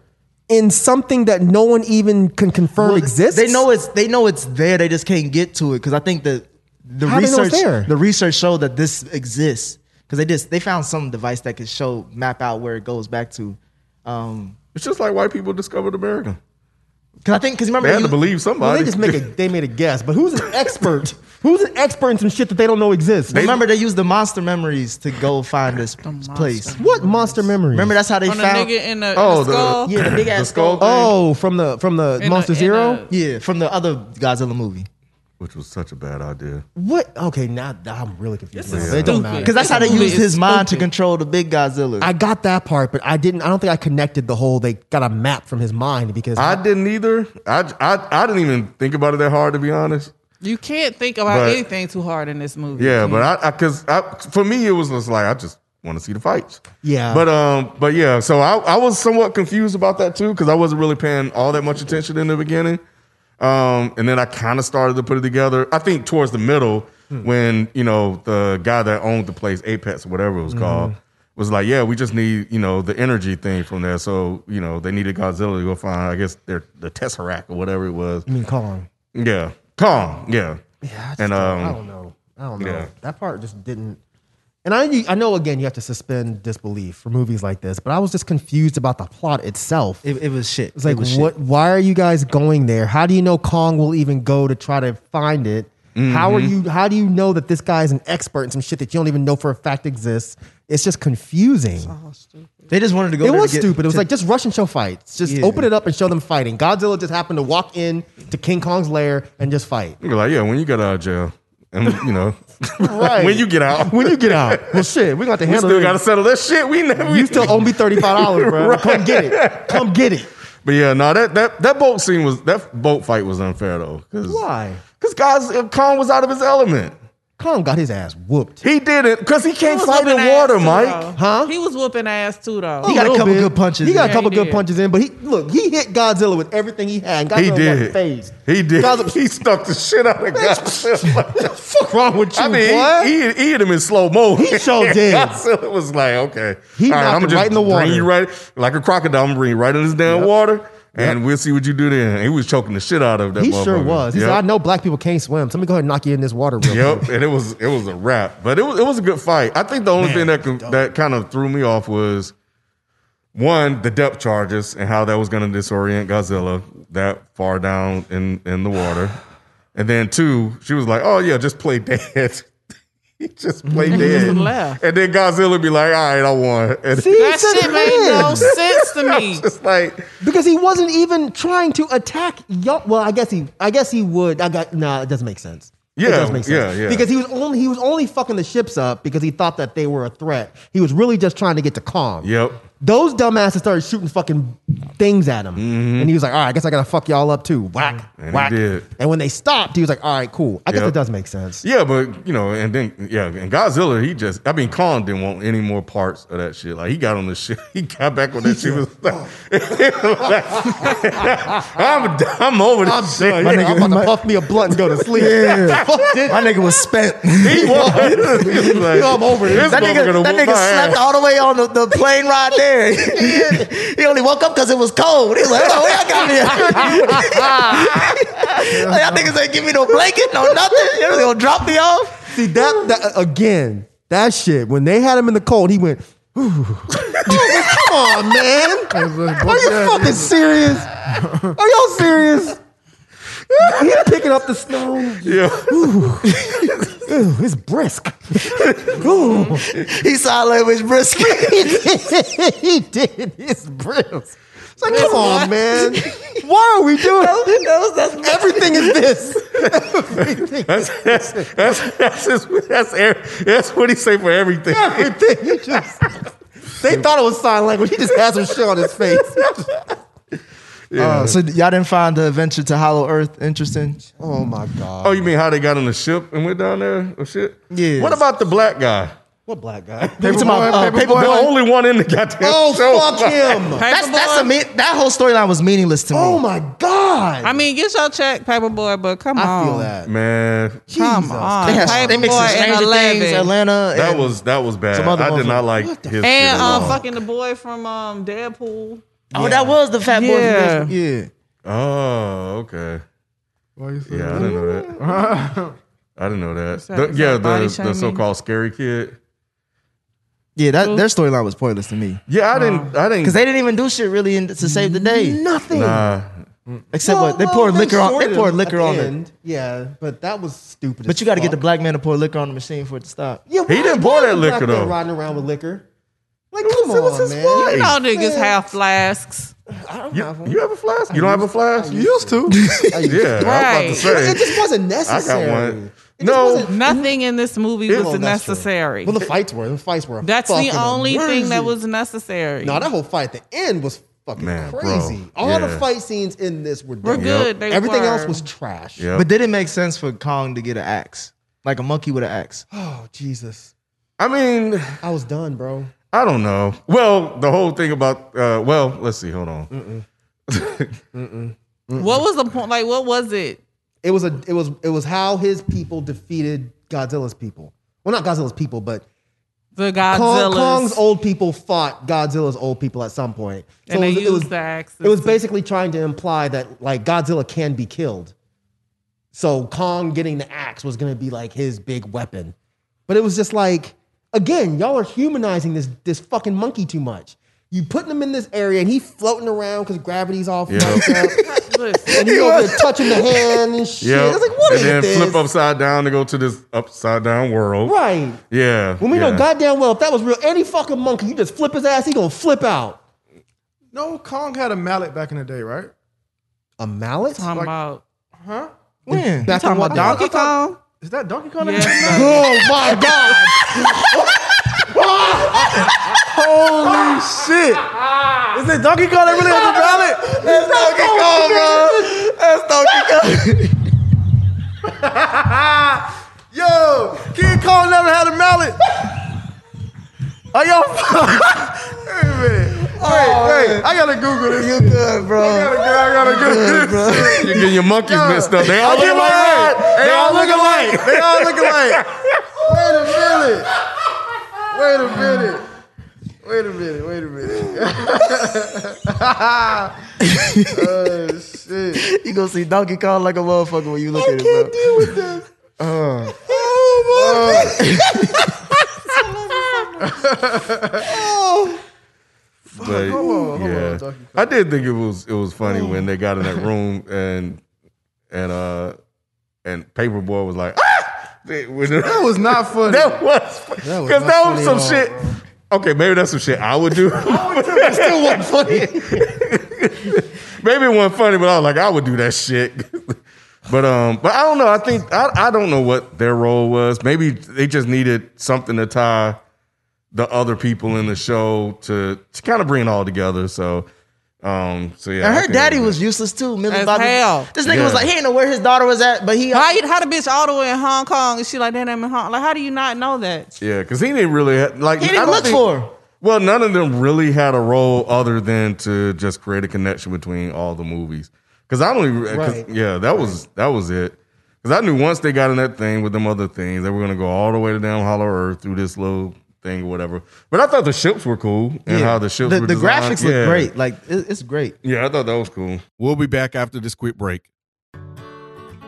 Speaker 7: in something that no one even can confirm
Speaker 5: Well,
Speaker 7: exists?
Speaker 5: They know it's they know it's there. They just can't get to it because I think the the
Speaker 7: How they know
Speaker 5: research
Speaker 7: it's there?
Speaker 5: the research showed that this exists because they just they found some device that could show map out where it goes back to. Um,
Speaker 2: It's just like white people discovered America.
Speaker 5: because I think because remember
Speaker 2: They had
Speaker 5: you-
Speaker 2: to believe
Speaker 7: Well,
Speaker 2: somebody.
Speaker 7: they just make a they made a guess, but who's an expert? who's an expert in some shit that they don't know exists?
Speaker 5: remember they used the monster memories to go find this place.
Speaker 7: what monster memory?
Speaker 5: Remember that's how they
Speaker 4: On the
Speaker 5: found
Speaker 4: nigga in the,
Speaker 2: Oh,
Speaker 4: in
Speaker 2: the-
Speaker 4: the skull.
Speaker 5: yeah the big ass
Speaker 2: skull
Speaker 5: skull.
Speaker 2: thing?
Speaker 7: Oh, from the from the
Speaker 4: In
Speaker 7: Monster
Speaker 4: a- in
Speaker 7: Zero.
Speaker 4: a-
Speaker 5: Yeah, from the other Godzilla movie.
Speaker 2: which was such a bad idea.
Speaker 7: what? Okay, now now I'm really confused.
Speaker 4: This is
Speaker 7: now. It don't
Speaker 4: stupid.
Speaker 7: matter.
Speaker 5: Because that's how they
Speaker 4: It's
Speaker 5: used his mind to
Speaker 4: stupid.
Speaker 5: control the big Godzilla.
Speaker 7: I got that part, but I didn't. I don't think I connected the whole. They got a map from his mind because
Speaker 2: I didn't either. I, I I didn't even think about it that hard to be honest.
Speaker 4: You can't think about
Speaker 2: But-
Speaker 4: anything too hard in this movie.
Speaker 2: Yeah, but
Speaker 7: Mm-hmm.
Speaker 2: I because I, for me it was just like I just want to see the fights.
Speaker 7: Yeah.
Speaker 2: But um, but yeah, so I, I was somewhat confused about that too because I wasn't really paying all that much attention in the beginning. Um, and then I kind of started to put it together. I think towards the middle
Speaker 7: Hmm.
Speaker 2: when you know the guy that owned the place, Apex or whatever it was called.
Speaker 7: Mm-hmm.
Speaker 2: Was like, yeah, we just need you know the energy thing from there. So you know they needed Godzilla to go find, I guess their the Tesseract or whatever it was.
Speaker 7: I mean, Kong.
Speaker 2: Yeah, Kong. Yeah,
Speaker 7: Mm. Yeah, I just
Speaker 2: and
Speaker 7: don't-
Speaker 2: um,
Speaker 7: I don't know. I don't know.
Speaker 2: yeah.
Speaker 7: That part just didn't. And I, I know again, you have to suspend disbelief for movies like this, but I was just confused about the plot itself.
Speaker 5: it, it was shit.
Speaker 7: It's like,
Speaker 5: it was shit.
Speaker 7: what? Why are you guys going there? How do you know Kong will even go to try to find it? How are
Speaker 5: Mm-hmm.
Speaker 7: you? How do you know that this guy is an expert in some shit that you don't even know for a fact exists? It's just confusing.
Speaker 5: They just wanted to go.
Speaker 7: It
Speaker 5: there
Speaker 7: was
Speaker 5: to get-
Speaker 7: stupid. It was
Speaker 5: to-
Speaker 7: like just rush and show fights. Just
Speaker 5: Yeah.
Speaker 7: open it up and show them fighting. Godzilla just happened to walk in to King Kong's lair and just fight.
Speaker 2: You're like, yeah, when you get out of jail, and you know,
Speaker 7: Right.
Speaker 2: when you get out,
Speaker 7: When you get out, well, shit, we got to
Speaker 2: we
Speaker 7: handle
Speaker 2: still
Speaker 7: it.
Speaker 2: got to settle that shit. We never.
Speaker 7: you still owe me thirty five dollars, bro.
Speaker 2: Right.
Speaker 7: Come get it. Come get it.
Speaker 2: but yeah, no, that that that boat scene was that boat fight was unfair though. Cause,
Speaker 7: Why?
Speaker 2: Because guys, uh, Kong was out of his element.
Speaker 7: Kong got his ass whooped.
Speaker 2: He did it because he
Speaker 4: He
Speaker 2: can't
Speaker 4: was
Speaker 2: fight in
Speaker 4: whooping ass
Speaker 2: water,
Speaker 4: too,
Speaker 2: Mike.
Speaker 4: though.
Speaker 7: Huh?
Speaker 4: He was whooping ass too, though.
Speaker 5: He got a
Speaker 7: little
Speaker 5: couple good punches
Speaker 7: He got
Speaker 5: in.
Speaker 7: a couple
Speaker 4: Yeah, he
Speaker 7: good
Speaker 4: did.
Speaker 7: punches in, but he look, he hit Godzilla with everything he had. And Godzilla
Speaker 2: He
Speaker 7: wasn't
Speaker 2: did.
Speaker 7: phased.
Speaker 2: He did.
Speaker 7: Godzilla-
Speaker 2: He stuck the shit out of Godzilla.
Speaker 7: Fuck wrong with you,
Speaker 2: I mean,
Speaker 7: boy?
Speaker 2: he, he, he hit him in slow mo.
Speaker 7: He sure did.
Speaker 2: Godzilla was like, okay,
Speaker 7: He knocked
Speaker 2: I'ma
Speaker 7: him right in the water.
Speaker 2: Bring you right like a crocodile. I'm gonna bring you right in this damn water, and we'll see what you do then. And he was choking the shit out of that.
Speaker 7: He sure
Speaker 2: motherfucker.
Speaker 7: was. He
Speaker 2: yep.
Speaker 7: said, "I know black people can't swim, so let me go ahead and knock you in this water." Real quick."
Speaker 2: Yep, and it was it was a wrap, but it was it was a good fight. I think the only thing that con- that kind of threw me off was one the depth charges and how that was going to disorient Godzilla that far down in in the water, and then two she was like, oh yeah, just play dead. He just play
Speaker 4: he just
Speaker 2: dead,
Speaker 4: left.
Speaker 2: and then Godzilla be like, "All right, I won." And
Speaker 7: See?
Speaker 4: that
Speaker 7: said
Speaker 4: shit
Speaker 7: it
Speaker 4: made
Speaker 7: then.
Speaker 4: no sense to me.
Speaker 2: it's just like,
Speaker 7: because he wasn't even trying to attack. Yo- well, I guess he, I guess he would. I got nah. It doesn't make sense. it
Speaker 2: Yeah,
Speaker 7: does make sense.
Speaker 2: yeah, yeah.
Speaker 7: Because he was only he was only fucking the ships up because he thought that they were a threat. He was really just trying to get to Kong.
Speaker 2: "Yep,
Speaker 7: Those dumbasses started shooting fucking things at him, and he was like, "All right, I guess I gotta fuck y'all up too." Whack,
Speaker 2: Mm-hmm. And he
Speaker 7: whack.
Speaker 2: did.
Speaker 7: And when they stopped, he was like, "All right, cool. I guess
Speaker 2: Yep.
Speaker 7: it does make sense."
Speaker 2: yeah." But you know, and then yeah, and Godzilla, he just, I mean, Kong didn't want any more parts of that shit. Like he got on the shit, he got back on that shit. Was like, I'm, I'm over this shit.
Speaker 7: My nigga, I'm about to puff me a blunt and go to sleep.
Speaker 5: Yeah.
Speaker 7: Fuck this.
Speaker 5: My nigga was spent.
Speaker 2: He won. He was like,
Speaker 7: I'm over it.
Speaker 2: this
Speaker 5: That
Speaker 2: motherfucker
Speaker 5: nigga, that
Speaker 2: whooped
Speaker 5: nigga
Speaker 2: my
Speaker 5: slept
Speaker 2: ass.
Speaker 5: all the way on the, the plane ride there. he only woke up because it was cold. He was like, oh, I got here. like, y'all niggas ain't give me no blanket, no nothing. Y'all just gonna drop me off.
Speaker 7: See that, that again? That shit. When they had him in the cold, he went. Come on, man. Are you fucking serious? Are y'all serious? He's picking up the snow.
Speaker 2: Yeah.
Speaker 7: Ooh, it's brisk.
Speaker 5: He sign language brisk.
Speaker 7: he did. It's brisk. It's like, come on, man. Why are we doing everything is this? Everything.
Speaker 2: That's that's that's that's, his, that's, Eric- that's what he say for everything.
Speaker 7: everything. He just, they thought it was sign language. He just had some shit on his face.
Speaker 5: Uh, so y'all didn't find the adventure to Hollow Earth interesting?
Speaker 7: Oh my god.
Speaker 2: Oh, you mean how they got on the ship and went down there or shit?
Speaker 5: Yes.
Speaker 2: What about the black guy?
Speaker 7: What black guy?
Speaker 5: Paperboy, uh,
Speaker 2: The only one in the goddamn
Speaker 7: Oh
Speaker 2: show.
Speaker 7: fuck him.
Speaker 5: That's, that's a me- that whole storyline was meaningless to me.
Speaker 7: Oh my god.
Speaker 4: I mean, get your check, paperboy, but come
Speaker 7: I
Speaker 4: on.
Speaker 7: feel that.
Speaker 2: Man,
Speaker 4: Come on.
Speaker 5: they, had, they mixed in
Speaker 4: Paperboy and
Speaker 5: Stranger Things,
Speaker 4: Eleven.
Speaker 5: Atlanta.
Speaker 2: that
Speaker 5: and-
Speaker 2: was that was bad.
Speaker 5: Some other
Speaker 2: I did not like his shit
Speaker 4: And
Speaker 7: uh,
Speaker 2: at
Speaker 4: um,
Speaker 2: all.
Speaker 4: fucking the boy from um, Deadpool.
Speaker 5: oh, that was the Fat Boy. from
Speaker 4: Yeah.
Speaker 5: Basement. yeah.
Speaker 2: Oh, okay.
Speaker 6: Why you say
Speaker 2: Yeah, I
Speaker 6: that?
Speaker 2: didn't know that. I didn't know that.
Speaker 4: that-
Speaker 2: The-
Speaker 4: is
Speaker 2: yeah,
Speaker 4: that body
Speaker 2: the, the
Speaker 4: shaming?
Speaker 2: so-called scary kid.
Speaker 5: Yeah, that their storyline was pointless to me
Speaker 2: Yeah,
Speaker 7: Oh.
Speaker 2: I didn't. I didn't.
Speaker 5: because they didn't even do shit really in, to save the day.
Speaker 7: Nothing.
Speaker 2: nah,
Speaker 5: Except what they poured liquor on. They poured liquor on it.
Speaker 7: it. Yeah, but that was stupid.
Speaker 5: But
Speaker 7: as
Speaker 5: you got to get the
Speaker 7: fuck.
Speaker 5: black man to pour liquor on the machine for it to stop.
Speaker 7: Yeah,
Speaker 2: He
Speaker 7: why-
Speaker 2: didn't
Speaker 7: why
Speaker 2: pour
Speaker 7: is
Speaker 2: that
Speaker 7: the black
Speaker 2: liquor,
Speaker 7: man
Speaker 2: though.
Speaker 7: Riding around with liquor. Like, come on, man.
Speaker 4: You know niggas
Speaker 7: Man.
Speaker 4: have flasks.
Speaker 7: I don't
Speaker 2: you,
Speaker 7: have one.
Speaker 2: you have a flask? You don't have a flask?
Speaker 6: You used to.
Speaker 7: I used
Speaker 2: Yeah, I
Speaker 4: Right.
Speaker 2: was about
Speaker 7: It
Speaker 2: to say.
Speaker 7: just wasn't
Speaker 2: I
Speaker 7: necessary.
Speaker 2: got one.
Speaker 7: It just
Speaker 2: No,
Speaker 7: wasn't-
Speaker 4: Nothing in this movie
Speaker 2: It-
Speaker 4: was
Speaker 7: Well, that's true.
Speaker 4: necessary.
Speaker 7: Well, the fights were. The fights were.
Speaker 4: That's the
Speaker 7: fucking
Speaker 4: only thing that
Speaker 7: amazing.
Speaker 4: was necessary.
Speaker 7: No, that whole fight, the end was fucking
Speaker 2: Man, bro.
Speaker 7: crazy. All the
Speaker 2: Yeah.
Speaker 7: fight scenes in this were,
Speaker 4: We're
Speaker 7: dope.
Speaker 4: good. They
Speaker 7: Everything
Speaker 4: were.
Speaker 7: else was trash.
Speaker 2: Yeah.
Speaker 5: But did it make sense for Kong to get an axe, like a monkey with an axe?
Speaker 7: Oh Jesus,
Speaker 2: I mean,
Speaker 7: I was done, bro.
Speaker 2: I don't know. Well, the whole thing about uh, well, let's see. Hold on.
Speaker 4: What was the point? Like, what was it?
Speaker 7: It was a. It was. It was how his people defeated Godzilla's people. Well, not Godzilla's people, but
Speaker 4: The
Speaker 7: Kong,
Speaker 4: Godzilla.
Speaker 7: Kong's old people fought Godzilla's old people at some point. So
Speaker 4: And
Speaker 7: it
Speaker 4: they
Speaker 7: was, it
Speaker 4: used
Speaker 7: was-
Speaker 4: the axe.
Speaker 7: It was basically trying to imply that like Godzilla can be killed. So Kong getting the axe was going to be like his big weapon. But it was just like again, y'all are humanizing this this fucking monkey too much. You putting him in this area and he floating around because gravity's all
Speaker 2: Yeah.
Speaker 7: fucked up.
Speaker 4: Listen,
Speaker 7: And he over there touching the hand and shit.
Speaker 2: Yeah.
Speaker 7: It's like, what
Speaker 2: and
Speaker 7: is
Speaker 2: then
Speaker 7: this?
Speaker 2: flip upside down to go to this upside down world.
Speaker 7: Right.
Speaker 2: Yeah.
Speaker 7: When we
Speaker 2: yeah.
Speaker 7: know goddamn well if that was real, any fucking monkey, you just flip his ass, he gonna flip out.
Speaker 6: No, Kong had a mallet back in the day, right?
Speaker 7: A mallet?
Speaker 4: talking about
Speaker 5: When?
Speaker 7: Back in what?
Speaker 4: Donkey Kong.
Speaker 6: Is that Donkey Kong?
Speaker 4: Yeah.
Speaker 7: Oh my god!
Speaker 6: Holy shit! Is it Donkey Kong that really has a mallet? That's Donkey Kong, bro. That's Donkey Kong. Yo, King Kong never had a mallet. Are y'all? wait a minute. Wait,
Speaker 7: Oh,
Speaker 6: wait. I gotta Google this. You good, bro? I gotta, I gotta Google this.
Speaker 2: You're getting your monkeys mixed up. They all
Speaker 6: Look
Speaker 2: look
Speaker 6: alike.
Speaker 2: alike.
Speaker 6: They all look alike. They all look alike. Wait a minute. Wait a minute. Wait a minute. Wait a minute. oh shit.
Speaker 5: You gonna see Donkey Kong like a motherfucker when you look at it, bro.
Speaker 6: Oh,
Speaker 2: But, yeah. I did think it was it was funny when they got in that room and and uh and Paperboy was like ah! They- when-
Speaker 6: that was not funny.
Speaker 2: that was because that was, some shit. Okay, maybe that's some shit I would do.
Speaker 7: Still wasn't funny.
Speaker 2: maybe it wasn't funny, but I was like, I would do that shit. but um, but I don't know. I think I, I don't know what their role was. Maybe they just needed something to tie the other people in the show to to kind of bring it all together. So um, so yeah.
Speaker 5: And
Speaker 2: I
Speaker 5: her
Speaker 2: think
Speaker 5: daddy
Speaker 2: that-
Speaker 5: was useless too. Millie
Speaker 4: As
Speaker 5: Bobby.
Speaker 4: hell.
Speaker 5: This nigga was
Speaker 2: Yeah.
Speaker 5: like, he didn't know where his daughter was at, but he.
Speaker 4: How, you, how the bitch all the way in Hong Kong and she like that ain't in Hong Like, how do you not know that?
Speaker 2: yeah, because he didn't really ha- like
Speaker 5: He
Speaker 2: I
Speaker 5: didn't
Speaker 2: don't
Speaker 5: look
Speaker 2: think-
Speaker 5: for her.
Speaker 2: Well, none of them really had a role other than to just create a connection between all the movies. Because I don't even, 'cause-
Speaker 7: Right.
Speaker 2: yeah, that was that was it. Because I knew once they got in that thing with them other things, they were gonna go all the way to down Hollow Earth through this little thing or whatever. But I thought the ships were cool and how the ships
Speaker 5: the,
Speaker 2: were
Speaker 5: the
Speaker 2: designed.
Speaker 5: graphics
Speaker 2: Yeah.
Speaker 5: look great. Like it- it's great.
Speaker 2: Yeah, I thought that was cool.
Speaker 8: We'll be back after this quick break.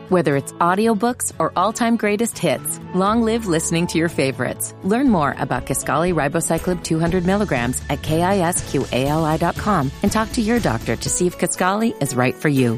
Speaker 1: Whether it's audiobooks or all-time greatest hits, long live listening to your favorites. Learn more about Kaskali Ribocyclib 200 milligrams at kisqali.com and talk to your doctor to see if Kaskali is right for you.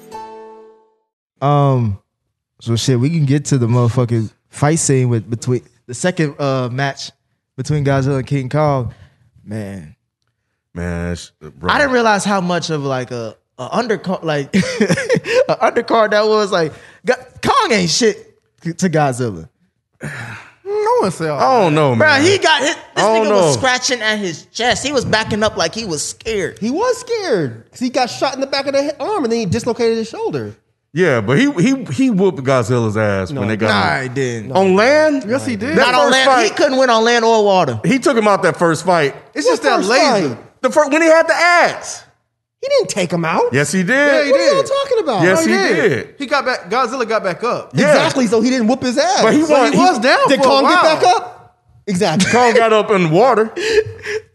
Speaker 5: Um, so shit, we can get to the motherfucking fight scene with between the second uh match between Godzilla and King Kong. Man,
Speaker 2: Man, sh- bro.
Speaker 5: I didn't realize how much of like a, a undercard, like a undercard that was. Like Go- Kong ain't shit to Godzilla.
Speaker 6: No one said.
Speaker 2: I don't know,
Speaker 9: Bro,
Speaker 2: man.
Speaker 9: he got hit. This
Speaker 2: I don't
Speaker 9: nigga was
Speaker 2: know.
Speaker 9: scratching at his chest. He was backing up like he was scared.
Speaker 7: He was scared because he got shot in the back of the he- arm and then he dislocated his shoulder.
Speaker 2: yeah, but he he he whooped Godzilla's ass when they got him.
Speaker 5: I didn't.
Speaker 2: on land.
Speaker 6: Yes, he did.
Speaker 2: That
Speaker 9: Not on
Speaker 2: first
Speaker 9: land. He
Speaker 2: fight-
Speaker 9: couldn't win on land or water.
Speaker 2: He took him out that first fight.
Speaker 6: It's just that
Speaker 7: First
Speaker 6: laser.
Speaker 7: fight,
Speaker 2: The first when he had the ass.
Speaker 7: He didn't take him out.
Speaker 2: Yes, he did.
Speaker 6: Yeah, he
Speaker 7: What are y'all
Speaker 6: did.
Speaker 7: talking about?
Speaker 2: Yes,
Speaker 6: No,
Speaker 2: he did.
Speaker 6: He got back. Godzilla got back up.
Speaker 2: Yeah.
Speaker 7: Exactly. So he didn't whoop his ass.
Speaker 2: But he
Speaker 7: So
Speaker 2: won- he-
Speaker 6: was down
Speaker 7: Did
Speaker 6: for a
Speaker 7: Kong get
Speaker 6: while.
Speaker 7: back up? Exactly.
Speaker 2: Kong got up in water.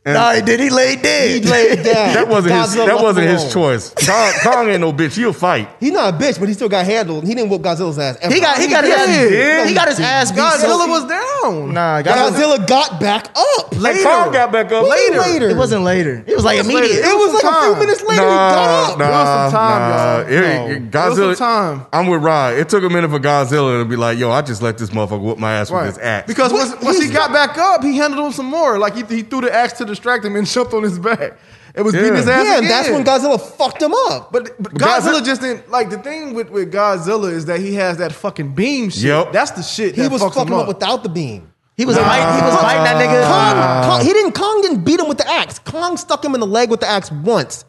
Speaker 9: Nah, he did. He laid
Speaker 7: he
Speaker 9: dead.
Speaker 7: laid down.
Speaker 2: That wasn't his.
Speaker 7: Godzilla
Speaker 2: That
Speaker 7: left
Speaker 2: wasn't his
Speaker 7: alone.
Speaker 2: choice. Kong, Kong ain't no bitch. He'll fight.
Speaker 7: He's not a bitch, but he still got handled. He didn't whoop Godzilla's ass. ever.
Speaker 9: He got. He got his. Ass, he got his ass beat. so-
Speaker 6: Godzilla was down.
Speaker 5: Nah, Godzilla.
Speaker 7: Godzilla got back up.
Speaker 2: Like Kong got back up
Speaker 7: later.
Speaker 5: It wasn't later.
Speaker 9: It was like
Speaker 7: It
Speaker 9: immediate.
Speaker 7: was like a few minutes later. he got
Speaker 2: Nah,
Speaker 7: up.
Speaker 2: nah,
Speaker 6: some time,
Speaker 2: nah.
Speaker 6: y'all.
Speaker 2: It-
Speaker 6: No.
Speaker 2: it-
Speaker 6: Give us
Speaker 2: Godzilla.
Speaker 6: some time.
Speaker 2: I'm with Rod. It took a minute for Godzilla to be like, "Yo, I just let this motherfucker whoop my ass with his axe."
Speaker 6: Because
Speaker 7: What?
Speaker 6: once, once he
Speaker 7: He's
Speaker 6: got back up, he handled him some more. Like he, he threw the axe to distract him and jumped on his back. It was beating
Speaker 2: Yeah.
Speaker 6: his ass.
Speaker 7: Yeah, and
Speaker 6: again.
Speaker 7: that's when Godzilla fucked him up.
Speaker 6: But, but
Speaker 2: Godzilla-
Speaker 6: Godzilla just didn't like the thing with, with Godzilla is that he has that fucking beam shit.
Speaker 2: Yep.
Speaker 6: That's the shit.
Speaker 7: he
Speaker 6: that
Speaker 7: was
Speaker 6: fucks
Speaker 7: fucking
Speaker 6: him
Speaker 7: up. without the beam.
Speaker 9: He was biting. He was biting that nigga.
Speaker 7: Kong, Kong- he didn't. Kong didn't beat him with the axe. Kong stuck him in the leg with the axe once.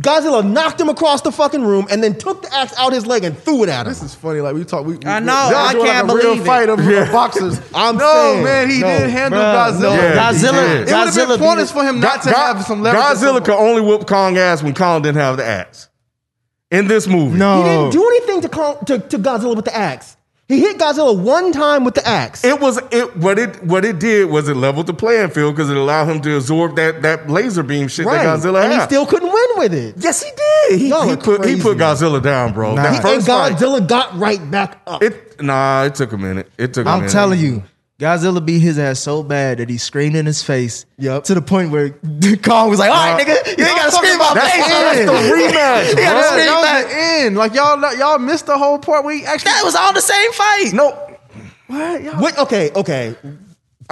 Speaker 7: Godzilla knocked him across the fucking room and then took the axe out his leg and threw it at him.
Speaker 6: This is funny. Like we talk. We, we-
Speaker 4: I
Speaker 6: we-
Speaker 4: know,
Speaker 6: y'all
Speaker 4: I
Speaker 6: doing
Speaker 4: can't
Speaker 6: like a real
Speaker 4: believe it.
Speaker 6: fight of of boxers.
Speaker 7: I'm
Speaker 6: no
Speaker 7: saying,
Speaker 6: man. He
Speaker 7: no,
Speaker 6: did handle
Speaker 5: bruh,
Speaker 6: Godzilla.
Speaker 2: Yeah, he
Speaker 9: Godzilla.
Speaker 2: did.
Speaker 6: It would have
Speaker 9: Godzilla
Speaker 6: been
Speaker 9: beat
Speaker 6: pointless
Speaker 9: him.
Speaker 6: for him not
Speaker 2: Go-
Speaker 6: to have some leverage.
Speaker 2: Godzilla could only whoop Kong ass when Kong didn't have the axe. In this movie,
Speaker 7: He didn't do anything to, Kong, to to Godzilla with the axe. He hit Godzilla one time with the axe.
Speaker 2: It was it what it what it did was it leveled the playing field because it allowed him to absorb that that laser beam shit that Godzilla
Speaker 7: and
Speaker 2: had.
Speaker 7: he still couldn't win with it.
Speaker 2: yes, he did. He,
Speaker 7: Y'all
Speaker 2: he
Speaker 7: are
Speaker 2: put he
Speaker 7: crazy.
Speaker 2: put Godzilla down, bro. That
Speaker 7: He- and
Speaker 2: first fight,
Speaker 7: Godzilla got right back up.
Speaker 2: it nah, it took a minute. It took. a
Speaker 5: I'm
Speaker 2: minute.
Speaker 5: telling you, Godzilla beat his ass so bad that he screamed in his face.
Speaker 7: Yep.
Speaker 5: To the point where Kong was like, "All
Speaker 7: Uh,
Speaker 5: right, nigga, you ain't gotta scream my
Speaker 2: That's,
Speaker 5: face."
Speaker 2: that's the rematch. bro.
Speaker 5: Yeah, that's
Speaker 6: That,
Speaker 5: Bring
Speaker 6: that
Speaker 5: back-
Speaker 6: was the end. Like y'all, y'all missed the whole part where he actually.
Speaker 9: That was all the same fight.
Speaker 2: No,
Speaker 7: Wait, okay, okay.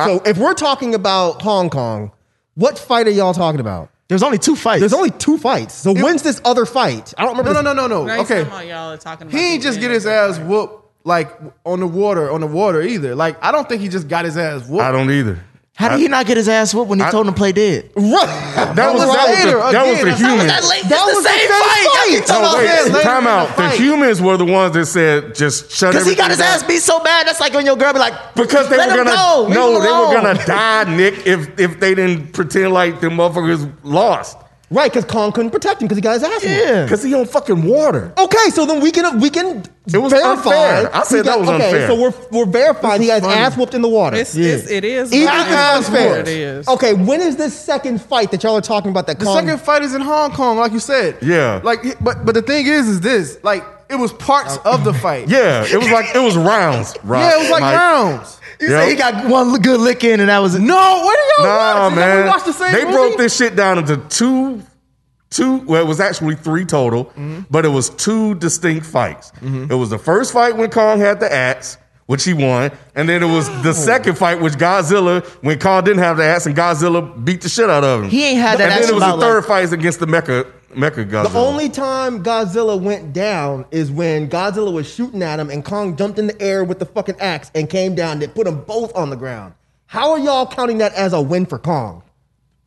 Speaker 7: So if we're talking about Hong Kong, what fight are y'all talking about?
Speaker 5: There's only two fights.
Speaker 7: There's only two fights. So when's this other fight? I don't remember.
Speaker 6: no, no,
Speaker 7: this-
Speaker 6: no, no, no.
Speaker 4: Right
Speaker 6: okay,
Speaker 4: okay. y'all are talking about
Speaker 6: he ain't
Speaker 4: the
Speaker 6: just get
Speaker 4: wind.
Speaker 6: his ass whooped like on the water on the water either. Like I don't think he just got his ass whooped.
Speaker 2: I don't either.
Speaker 5: How did he not get his ass whooped when he told him to play dead?
Speaker 7: Right.
Speaker 2: That was,
Speaker 6: was
Speaker 2: that,
Speaker 6: later,
Speaker 2: was the, that was the
Speaker 6: again. That was
Speaker 2: human.
Speaker 9: That late.
Speaker 7: That
Speaker 9: That was
Speaker 7: was
Speaker 9: the
Speaker 7: the
Speaker 9: same
Speaker 7: same
Speaker 9: fight. Y'all
Speaker 7: fight.
Speaker 9: keep talking
Speaker 2: No,
Speaker 9: about
Speaker 6: Yeah,
Speaker 2: wait,
Speaker 6: later in
Speaker 2: time
Speaker 6: the
Speaker 2: out. The
Speaker 6: fight.
Speaker 2: humans were the ones that said just shut
Speaker 9: Because he got
Speaker 2: everything
Speaker 9: his
Speaker 2: down.
Speaker 9: ass beat so bad. That's like when your girl be like,
Speaker 2: Because they
Speaker 9: Let
Speaker 2: were
Speaker 9: him
Speaker 2: gonna
Speaker 9: go. Leave
Speaker 2: no,
Speaker 9: him
Speaker 2: they were
Speaker 9: alone.
Speaker 2: gonna die, Nick, if if they didn't pretend like the motherfuckers lost.
Speaker 7: Right, because Kong couldn't protect him because he got his ass whooped.
Speaker 2: Cause he on fucking water.
Speaker 7: Okay, so then we can uh, we can
Speaker 2: It was
Speaker 7: verify.
Speaker 2: unfair. I
Speaker 7: he
Speaker 2: said that
Speaker 7: got-
Speaker 2: was
Speaker 7: okay,
Speaker 2: unfair.
Speaker 7: So we're we're verifying he got his
Speaker 6: funny.
Speaker 7: ass whooped in the water.
Speaker 4: It's,
Speaker 7: Yeah.
Speaker 4: it's, it is.
Speaker 7: Either
Speaker 4: what it
Speaker 7: ass
Speaker 4: is, what
Speaker 7: fair.
Speaker 4: It is.
Speaker 7: Okay, when is this second fight that y'all are talking about? That
Speaker 6: The
Speaker 7: Kong
Speaker 6: second fight is in Hong Kong, like you said.
Speaker 2: Yeah.
Speaker 6: Like, he- but but the thing is, is this like it was parts of the fight.
Speaker 2: Yeah, it was like it was rounds, right?
Speaker 6: Yeah, it was like rounds.
Speaker 5: You
Speaker 2: Yep.
Speaker 5: say he got one good lick in, and that was no.
Speaker 6: Oh, what are y'all
Speaker 2: Nah,
Speaker 6: watching? Y'all
Speaker 2: man.
Speaker 6: watch the same
Speaker 2: they
Speaker 6: movie?
Speaker 2: broke this shit down into two, two. Well, it was actually three total,
Speaker 7: Mm-hmm.
Speaker 2: but it was two distinct fights. It was the first fight when Kong had the axe, which he won, and then it was the
Speaker 7: Oh.
Speaker 2: second fight, which Godzilla, when Kong didn't have the axe, and Godzilla beat the shit out of him.
Speaker 5: He ain't had that
Speaker 2: And
Speaker 5: axe
Speaker 2: then it was
Speaker 5: about,
Speaker 2: the third
Speaker 5: like-
Speaker 2: fight against the Mecha Mecha Godzilla.
Speaker 7: The only time Godzilla went down is when Godzilla was shooting at him and Kong jumped in the air with the fucking axe and came down and put them both on the ground. How are y'all counting that as a win for Kong?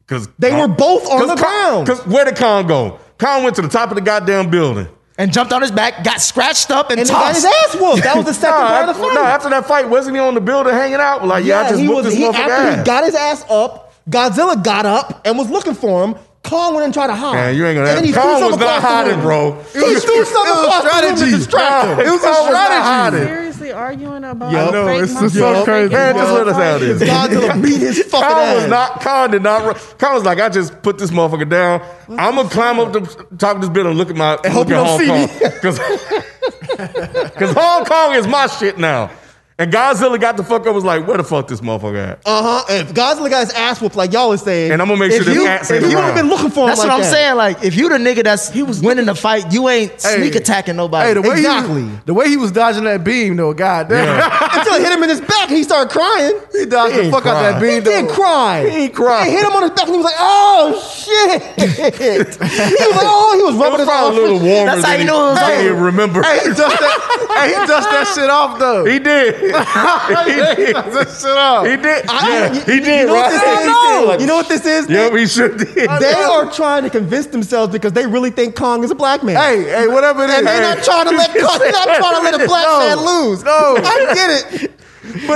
Speaker 2: because
Speaker 7: They were both on the ground.
Speaker 2: Because where did Kong go? Kong went to the top of the goddamn building.
Speaker 5: and jumped on his back, got scratched up, and,
Speaker 7: And he got
Speaker 5: tossed.
Speaker 7: his ass whooped. That was the second
Speaker 2: Nah,
Speaker 7: part of
Speaker 2: after,
Speaker 7: the fight.
Speaker 2: nah, after that fight, wasn't he on the building hanging out? Like, yeah, I just
Speaker 7: he
Speaker 2: whooped this
Speaker 7: he,
Speaker 2: motherfucker
Speaker 7: after
Speaker 2: ass.
Speaker 7: he got his ass up, Godzilla got up and was looking for him. Kong went and tried to hide.
Speaker 2: Man, you ain't gonna.
Speaker 7: And then he
Speaker 2: Have,
Speaker 7: threw
Speaker 2: Kong
Speaker 7: something
Speaker 2: was not
Speaker 7: across the
Speaker 2: hiding,
Speaker 7: room.
Speaker 2: bro.
Speaker 7: He threw something across the room to distract him.
Speaker 2: It was a strategy.
Speaker 4: Seriously, arguing about
Speaker 2: I know
Speaker 4: fake
Speaker 2: it's just
Speaker 4: monsters,
Speaker 2: so
Speaker 4: fake
Speaker 2: crazy. Man, just let us out
Speaker 4: animals.
Speaker 2: this.
Speaker 7: Godzilla beat his fucking
Speaker 2: Kyle was
Speaker 7: ass.
Speaker 2: not. Kyle did not. run. Kyle was like, I just put this motherfucker down. I'm gonna climb up the top of this building and look at my and
Speaker 7: hope
Speaker 2: look at Hong
Speaker 7: you don't see
Speaker 2: Kong because because Hong Kong is my shit now. And Godzilla got the fuck up. Was like, where the fuck this motherfucker at?
Speaker 7: Uh huh. If Godzilla got his ass whooped like y'all was saying,
Speaker 2: And I'm gonna make
Speaker 7: if
Speaker 2: sure this
Speaker 7: you,
Speaker 2: ass
Speaker 7: if
Speaker 2: ain't
Speaker 7: you would
Speaker 2: around.
Speaker 7: have been looking for him,
Speaker 9: That's
Speaker 7: like
Speaker 9: what I'm
Speaker 7: that.
Speaker 9: saying. Like, if you the nigga that's he was winning the fight, you ain't sneak attacking nobody.
Speaker 6: Hey, the way
Speaker 7: Exactly.
Speaker 6: he was, the way he was dodging that beam though, goddamn,
Speaker 7: Until it hit him in his back, and he started crying.
Speaker 6: he dodged the
Speaker 2: ain't
Speaker 6: fuck out that
Speaker 2: crying.
Speaker 6: beam.
Speaker 7: He did
Speaker 6: though.
Speaker 7: cry.
Speaker 2: He cried.
Speaker 7: It hit him on his back, and he was like, "Oh shit!" he was like, "Oh, he was
Speaker 2: It
Speaker 7: rubbing
Speaker 2: was
Speaker 7: his
Speaker 2: probably
Speaker 7: arm.
Speaker 2: a little warmer.
Speaker 9: That's
Speaker 2: than
Speaker 9: how you
Speaker 2: he,
Speaker 9: know it was
Speaker 2: than
Speaker 9: over.
Speaker 2: he remember.
Speaker 6: Hey, he dust that. hey, he dust that shit off though.
Speaker 2: He did. he
Speaker 6: he
Speaker 2: did.
Speaker 6: dust that shit off.
Speaker 2: He did.
Speaker 7: I-
Speaker 2: yeah,
Speaker 7: you-
Speaker 2: he did.
Speaker 7: You know
Speaker 2: right?
Speaker 7: what this is? You know what this is? Nick?
Speaker 2: Yep, he sure did.
Speaker 7: They are trying to convince themselves because they really think Kong is a black man.
Speaker 6: hey, hey, whatever it is.
Speaker 7: and they're
Speaker 6: hey.
Speaker 7: not trying to let Kong, they're not trying to let a black
Speaker 6: No,
Speaker 7: man lose.
Speaker 6: no.
Speaker 7: I get it. But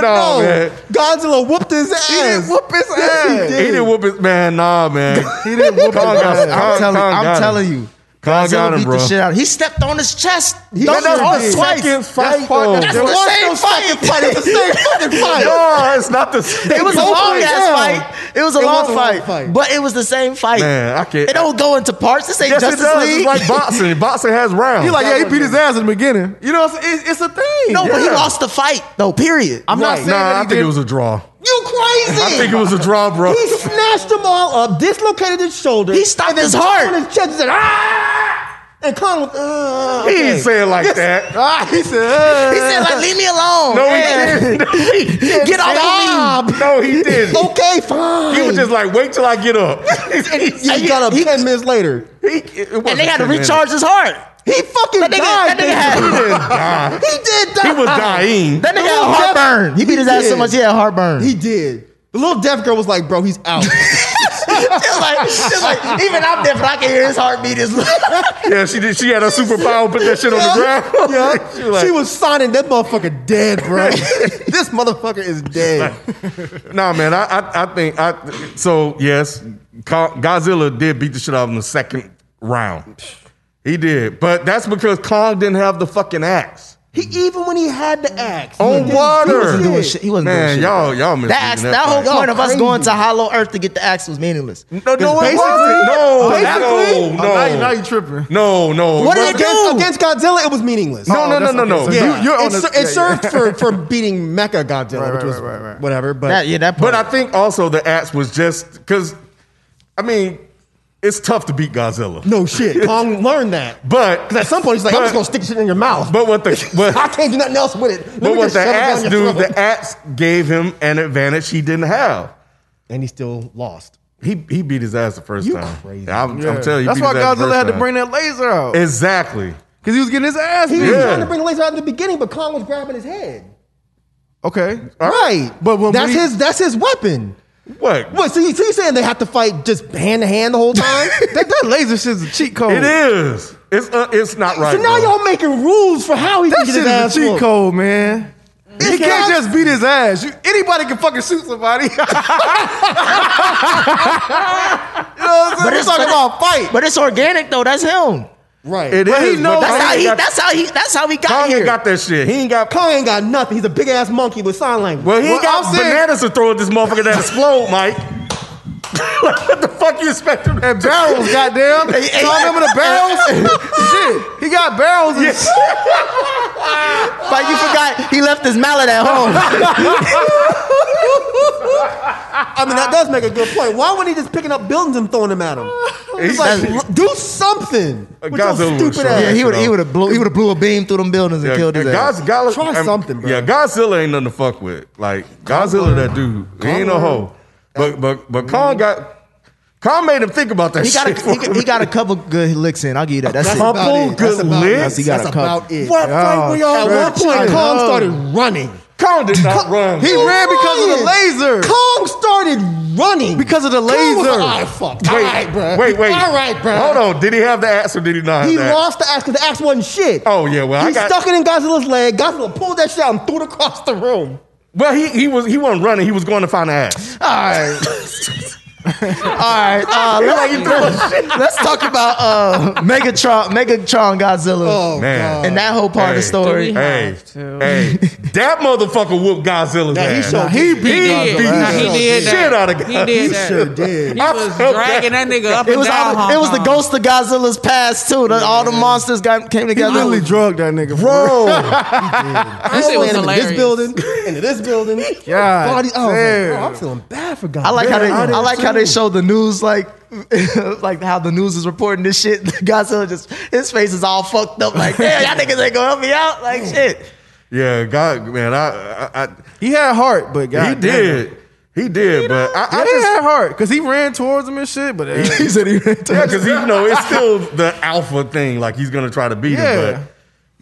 Speaker 2: No,
Speaker 7: no,
Speaker 2: man.
Speaker 7: Godzilla whooped his ass.
Speaker 6: didn't whoop his
Speaker 7: Yes,
Speaker 6: ass.
Speaker 7: He
Speaker 2: He
Speaker 7: did.
Speaker 2: didn't whoop his man. Nah, man.
Speaker 6: He didn't whoop his
Speaker 2: Kong got-
Speaker 6: ass.
Speaker 2: Kong-
Speaker 5: I'm telling,
Speaker 2: Kong got
Speaker 5: I'm
Speaker 2: him.
Speaker 5: telling you.
Speaker 2: Kong got
Speaker 5: Godzilla
Speaker 2: him,
Speaker 5: beat
Speaker 2: bro.
Speaker 5: the shit out.
Speaker 9: he stepped on his chest. He
Speaker 7: That's
Speaker 2: That's
Speaker 7: what
Speaker 2: the
Speaker 7: it
Speaker 9: twice.
Speaker 2: second
Speaker 6: That's
Speaker 2: fight,
Speaker 6: part-
Speaker 2: though.
Speaker 9: That's
Speaker 7: There
Speaker 9: the
Speaker 7: was
Speaker 9: same
Speaker 7: no
Speaker 9: fight.
Speaker 7: second fight. It was the same fucking fight.
Speaker 2: No, it's not the same.
Speaker 9: It was a
Speaker 7: Both
Speaker 9: long
Speaker 7: ways
Speaker 9: ass
Speaker 7: down.
Speaker 9: fight. It was a
Speaker 7: It
Speaker 9: long
Speaker 7: was a long
Speaker 9: fight,
Speaker 7: fight.
Speaker 9: but it was the same fight.
Speaker 2: Man, I can't-
Speaker 9: It don't go into parts. This ain't
Speaker 2: Yes, it
Speaker 9: Justice
Speaker 2: does.
Speaker 9: League.
Speaker 2: It's like boxing. boxing has rounds.
Speaker 6: He like, yeah, he beat his ass in the beginning. You know, what I'm saying? it's, it's a thing.
Speaker 9: no, but he
Speaker 6: Yeah.
Speaker 9: lost the fight though. Period.
Speaker 6: I'm not
Speaker 2: nah,
Speaker 6: saying that
Speaker 2: I
Speaker 6: he
Speaker 2: think
Speaker 6: did.
Speaker 2: it was a draw.
Speaker 7: You crazy.
Speaker 2: I think it was a draw, bro.
Speaker 7: He snatched them all up, dislocated his shoulder.
Speaker 9: He stopped
Speaker 7: and then
Speaker 9: his
Speaker 7: Kong
Speaker 9: heart.
Speaker 7: On his chest and said, ah! And Kong was, uh,
Speaker 2: He
Speaker 7: okay.
Speaker 2: ain't say it like that.
Speaker 6: Ah, he said, uh,
Speaker 9: he said like, leave me alone.
Speaker 2: No,
Speaker 9: Yeah.
Speaker 2: he didn't. No, he didn't.
Speaker 9: Get off of
Speaker 7: Stop.
Speaker 2: No, he didn't.
Speaker 7: Okay, fine.
Speaker 2: He was just like, wait till I get up.
Speaker 7: You
Speaker 9: And you-
Speaker 7: got up
Speaker 9: he-
Speaker 7: 10 minutes later.
Speaker 9: and they had to recharge his heart.
Speaker 7: He fucking
Speaker 9: That nigga, that
Speaker 7: died.
Speaker 9: nigga
Speaker 7: basically.
Speaker 9: had.
Speaker 7: he did die.
Speaker 2: He was dying.
Speaker 9: That nigga
Speaker 7: The little
Speaker 9: had heartburn.
Speaker 7: devil-
Speaker 9: He beat his ass so
Speaker 7: did.
Speaker 9: much he had heartburn.
Speaker 7: He did. The little deaf girl was like, bro, he's out.
Speaker 9: It's like, it's like, even I'm deaf, but I can hear his heartbeat. Is
Speaker 2: Yeah, she did. She had her superpower. Put that shit on the ground.
Speaker 7: yeah.
Speaker 2: She like-
Speaker 7: she was signing that motherfucker dead, bro. this motherfucker is dead.
Speaker 2: No, man, I, I, I think I. So yes, Ko- Godzilla did beat the shit out of him the second round. He did, but that's because Kong didn't have the fucking axe
Speaker 7: He even when he had the axe.
Speaker 2: on water.
Speaker 9: wasn't doing shit. He wasn't
Speaker 2: man,
Speaker 9: doing shit.
Speaker 2: y'all, y'all missed
Speaker 9: that axe, that, whole
Speaker 2: fight.
Speaker 9: point of us
Speaker 7: crazy.
Speaker 9: going to Hollow Earth to get the axe was meaningless.
Speaker 2: No, no, it
Speaker 7: Basically-
Speaker 2: wasn't. No,
Speaker 7: basically-
Speaker 2: no,
Speaker 6: Oh, now, you, now
Speaker 2: no,
Speaker 6: you tripping.
Speaker 2: no, no.
Speaker 9: What
Speaker 2: it
Speaker 9: did they
Speaker 2: wasn't.
Speaker 9: do?
Speaker 7: Against, against Godzilla, it was meaningless. Oh,
Speaker 2: No, no, no,
Speaker 6: that's
Speaker 2: no, no.
Speaker 6: okay. So
Speaker 2: You-
Speaker 7: Yeah,
Speaker 6: you're on
Speaker 7: it,
Speaker 6: the-
Speaker 7: ser-
Speaker 6: yeah,
Speaker 7: it
Speaker 6: yeah.
Speaker 7: served for, for beating Mecha Godzilla,
Speaker 6: Right,
Speaker 7: which
Speaker 6: right,
Speaker 7: was
Speaker 6: right, right, right.
Speaker 7: whatever. But
Speaker 9: That, yeah, that
Speaker 2: But
Speaker 9: part.
Speaker 2: I think also the axe was just because, I mean, it's tough to beat Godzilla.
Speaker 7: no shit, Kong learned that.
Speaker 2: But
Speaker 7: Because at some point he's like, I'm just gonna stick shit in your mouth.
Speaker 2: But what the what,
Speaker 7: I can't do nothing else with it. Let
Speaker 2: But
Speaker 7: me
Speaker 2: what
Speaker 7: just
Speaker 2: the
Speaker 7: shove it down
Speaker 2: axe
Speaker 7: your
Speaker 2: do,
Speaker 7: throat.
Speaker 2: the axe gave him an advantage he didn't have.
Speaker 7: and he still lost.
Speaker 2: He he beat his ass the first
Speaker 7: You
Speaker 2: time.
Speaker 7: crazy.
Speaker 2: I'm,
Speaker 6: Yeah.
Speaker 2: I'm telling you.
Speaker 6: That's
Speaker 2: he beat
Speaker 6: why
Speaker 2: his ass the
Speaker 6: Godzilla
Speaker 2: first
Speaker 6: had to
Speaker 2: time.
Speaker 6: bring that laser out because
Speaker 2: Exactly.
Speaker 6: he was getting his ass
Speaker 7: He
Speaker 6: beat.
Speaker 7: was
Speaker 2: Yeah.
Speaker 7: trying to bring the laser out in the beginning, but Kong was grabbing his head.
Speaker 6: Okay,
Speaker 7: Right,
Speaker 6: Uh, But when
Speaker 7: that's
Speaker 6: we-
Speaker 7: his that's his weapon.
Speaker 2: What?
Speaker 7: What? So, you, so you saying they have to fight just hand to hand the whole time?
Speaker 6: that, that laser shit's a cheat code.
Speaker 2: It is. It's uh, it's not right.
Speaker 7: so now
Speaker 2: bro.
Speaker 7: y'all making rules for how he
Speaker 6: That
Speaker 7: can get
Speaker 6: shit
Speaker 7: his ass
Speaker 6: is a cheat
Speaker 7: whooped.
Speaker 6: code, man. He
Speaker 7: It's
Speaker 6: can't
Speaker 7: not-
Speaker 6: just beat his ass. You, anybody can fucking shoot somebody. you know what I'm saying?
Speaker 9: But
Speaker 6: We're
Speaker 9: it's-
Speaker 6: talking
Speaker 9: but-
Speaker 6: about fight.
Speaker 9: but it's organic though. That's him.
Speaker 7: Right.
Speaker 2: It
Speaker 6: But he
Speaker 2: is, but
Speaker 6: knows-
Speaker 9: That's
Speaker 2: Kong
Speaker 9: how
Speaker 2: ain't
Speaker 9: he.
Speaker 2: Oh, got-
Speaker 9: That's how he. That's how he got
Speaker 2: Kong
Speaker 9: here.
Speaker 2: ain't got that shit. He ain't got.
Speaker 7: Kong ain't got nothing. He's a big ass monkey with sign language.
Speaker 2: Well, he
Speaker 6: Well,
Speaker 2: ain't got
Speaker 6: I'm saying-
Speaker 2: bananas to throw at this motherfucker that explode, Mike. what the fuck you expect him to
Speaker 6: and barrels, goddamn. Y'all remember the barrels? shit, he got barrels and shit.
Speaker 9: Like you forgot, he left his mallet at home.
Speaker 7: I mean, that does make a good point. Why wouldn't he just picking up buildings and throwing them at him?
Speaker 2: He's
Speaker 7: Like, l- do something
Speaker 2: Uh,
Speaker 7: with your
Speaker 2: Godzilla was
Speaker 7: stupid
Speaker 2: strong.
Speaker 7: ass.
Speaker 9: yeah, he would. He
Speaker 2: know.
Speaker 9: would have blew. He would have blew a beam through them buildings and killed his ass.
Speaker 2: Godzilla,
Speaker 7: Try something, bro.
Speaker 2: Yeah, Godzilla ain't nothing to fuck with. Like Godzilla, that dude, he ain't no hoe. But but but Kong got Kong made him think about that
Speaker 9: He got.
Speaker 2: shit.
Speaker 9: A, he, got- he got a couple good licks in. I'll give you that. That's,
Speaker 7: That's
Speaker 9: it.
Speaker 7: about
Speaker 2: Couple
Speaker 7: it. That's
Speaker 2: good
Speaker 7: about it.
Speaker 2: licks?
Speaker 7: That's,
Speaker 9: He got a couple.
Speaker 7: about it.
Speaker 2: what fight were
Speaker 7: At
Speaker 2: y'all
Speaker 7: one
Speaker 2: watching?
Speaker 7: point, Kong
Speaker 2: Kong,
Speaker 7: started running.
Speaker 2: Kong did not run.
Speaker 6: He
Speaker 2: bro.
Speaker 6: ran because of the laser.
Speaker 7: Kong started running
Speaker 6: Because of the
Speaker 7: Kong was
Speaker 6: laser.
Speaker 7: like, all right, fuck.
Speaker 2: Wait,
Speaker 7: all right, bro.
Speaker 2: wait, wait.
Speaker 7: All right, bro.
Speaker 2: Hold on. Did he have the axe or did he not?
Speaker 7: He
Speaker 2: have the axe?
Speaker 7: lost the axe because the axe wasn't shit.
Speaker 2: Oh yeah. Well,
Speaker 7: he
Speaker 2: I got.
Speaker 7: stuck it in Godzilla's leg. Godzilla pulled that shit out and threw it across the room.
Speaker 2: Well, he he was he wasn't running. He was going to find the axe.
Speaker 9: All right.
Speaker 5: right, uh, let's, let's talk about uh, Megatron, Megatron Godzilla,
Speaker 7: Oh
Speaker 2: Man.
Speaker 7: man,
Speaker 5: and that whole part of the
Speaker 2: Hey.
Speaker 5: story.
Speaker 2: Hey,
Speaker 4: have to.
Speaker 2: hey, that motherfucker whooped Godzilla's
Speaker 7: Nah, he
Speaker 2: ass.
Speaker 7: sure
Speaker 2: he
Speaker 7: did.
Speaker 2: beat,
Speaker 4: He did.
Speaker 2: the
Speaker 4: Nah,
Speaker 7: he
Speaker 4: did
Speaker 2: shit
Speaker 4: that.
Speaker 2: out of
Speaker 4: He did
Speaker 2: Godzilla.
Speaker 4: that.
Speaker 7: sure did.
Speaker 4: He was
Speaker 2: felt
Speaker 4: dragging that nigga up
Speaker 5: It
Speaker 4: and
Speaker 5: was
Speaker 4: down.
Speaker 5: all,
Speaker 4: Hong
Speaker 5: it was the
Speaker 4: Kong.
Speaker 5: ghost of Godzilla's past too. That all the monsters got came
Speaker 6: He
Speaker 5: together.
Speaker 6: really drugged that nigga,
Speaker 2: Bro,
Speaker 4: That shit was
Speaker 7: into
Speaker 4: hilarious.
Speaker 7: this building, into this building.
Speaker 6: God
Speaker 7: Body- I was like,
Speaker 6: damn.
Speaker 7: oh, I'm feeling bad for God.
Speaker 5: I like how they
Speaker 7: Yeah, did
Speaker 5: I like how they
Speaker 7: too.
Speaker 5: show the news like like how the news is reporting this shit. Godzilla just his face is all fucked up like damn y'all niggas ain't gonna help me out like shit.
Speaker 2: yeah, God, man, I, I, I
Speaker 6: He had heart, but God
Speaker 2: he
Speaker 6: damn.
Speaker 2: did, he did, but I,
Speaker 6: Yeah,
Speaker 2: I
Speaker 6: he
Speaker 2: just
Speaker 6: had heart because he ran towards him and shit. But uh,
Speaker 5: He said he ran
Speaker 2: yeah, because you know it's still the alpha thing. Like he's gonna try to beat
Speaker 6: Yeah.
Speaker 2: him, but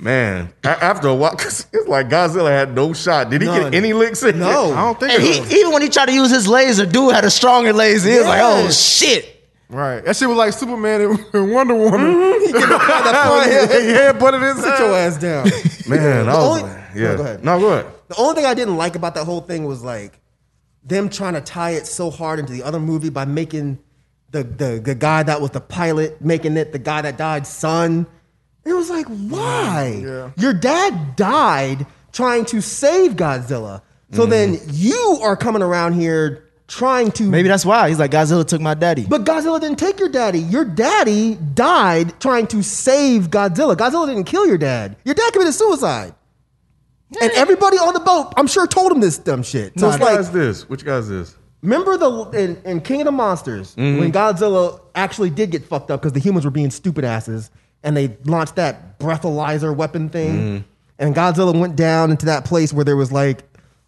Speaker 2: man, a- after a while, cause it's like Godzilla had no shot. Did he
Speaker 7: None.
Speaker 2: get any licks in?
Speaker 7: No.
Speaker 6: I don't think
Speaker 5: And
Speaker 6: so.
Speaker 5: he even when he tried to use his laser, dude had a stronger laser. He was like, oh shit.
Speaker 6: Right. That shit was like Superman and, and Wonder Woman. he had butted his
Speaker 7: Sit your ass down.
Speaker 2: it? man, I
Speaker 7: The
Speaker 2: was
Speaker 7: only-
Speaker 2: like, yeah.
Speaker 7: No, go ahead.
Speaker 2: No, go ahead.
Speaker 7: The only thing I didn't like about that whole thing was like them trying to tie it so hard into the other movie by making the the, the guy that was the pilot making it the guy that died son. It was like, why? Your dad died trying to save Godzilla. So then you are coming around here trying to
Speaker 5: Maybe that's why he's like Godzilla took my daddy.
Speaker 7: but Godzilla didn't take your daddy. Your daddy died trying to save Godzilla. Godzilla didn't kill your dad. Your dad committed suicide. And everybody on the boat, I'm sure, told him this dumb shit. So
Speaker 2: Which
Speaker 7: it's
Speaker 2: guy
Speaker 7: like,
Speaker 2: is this? Which guy is this?
Speaker 7: remember the in, in King of the Monsters
Speaker 2: Mm-hmm.
Speaker 7: when Godzilla actually did get fucked up because the humans were being stupid asses and they launched that breathalyzer weapon thing,
Speaker 2: Mm-hmm.
Speaker 7: and Godzilla went down into that place where there was like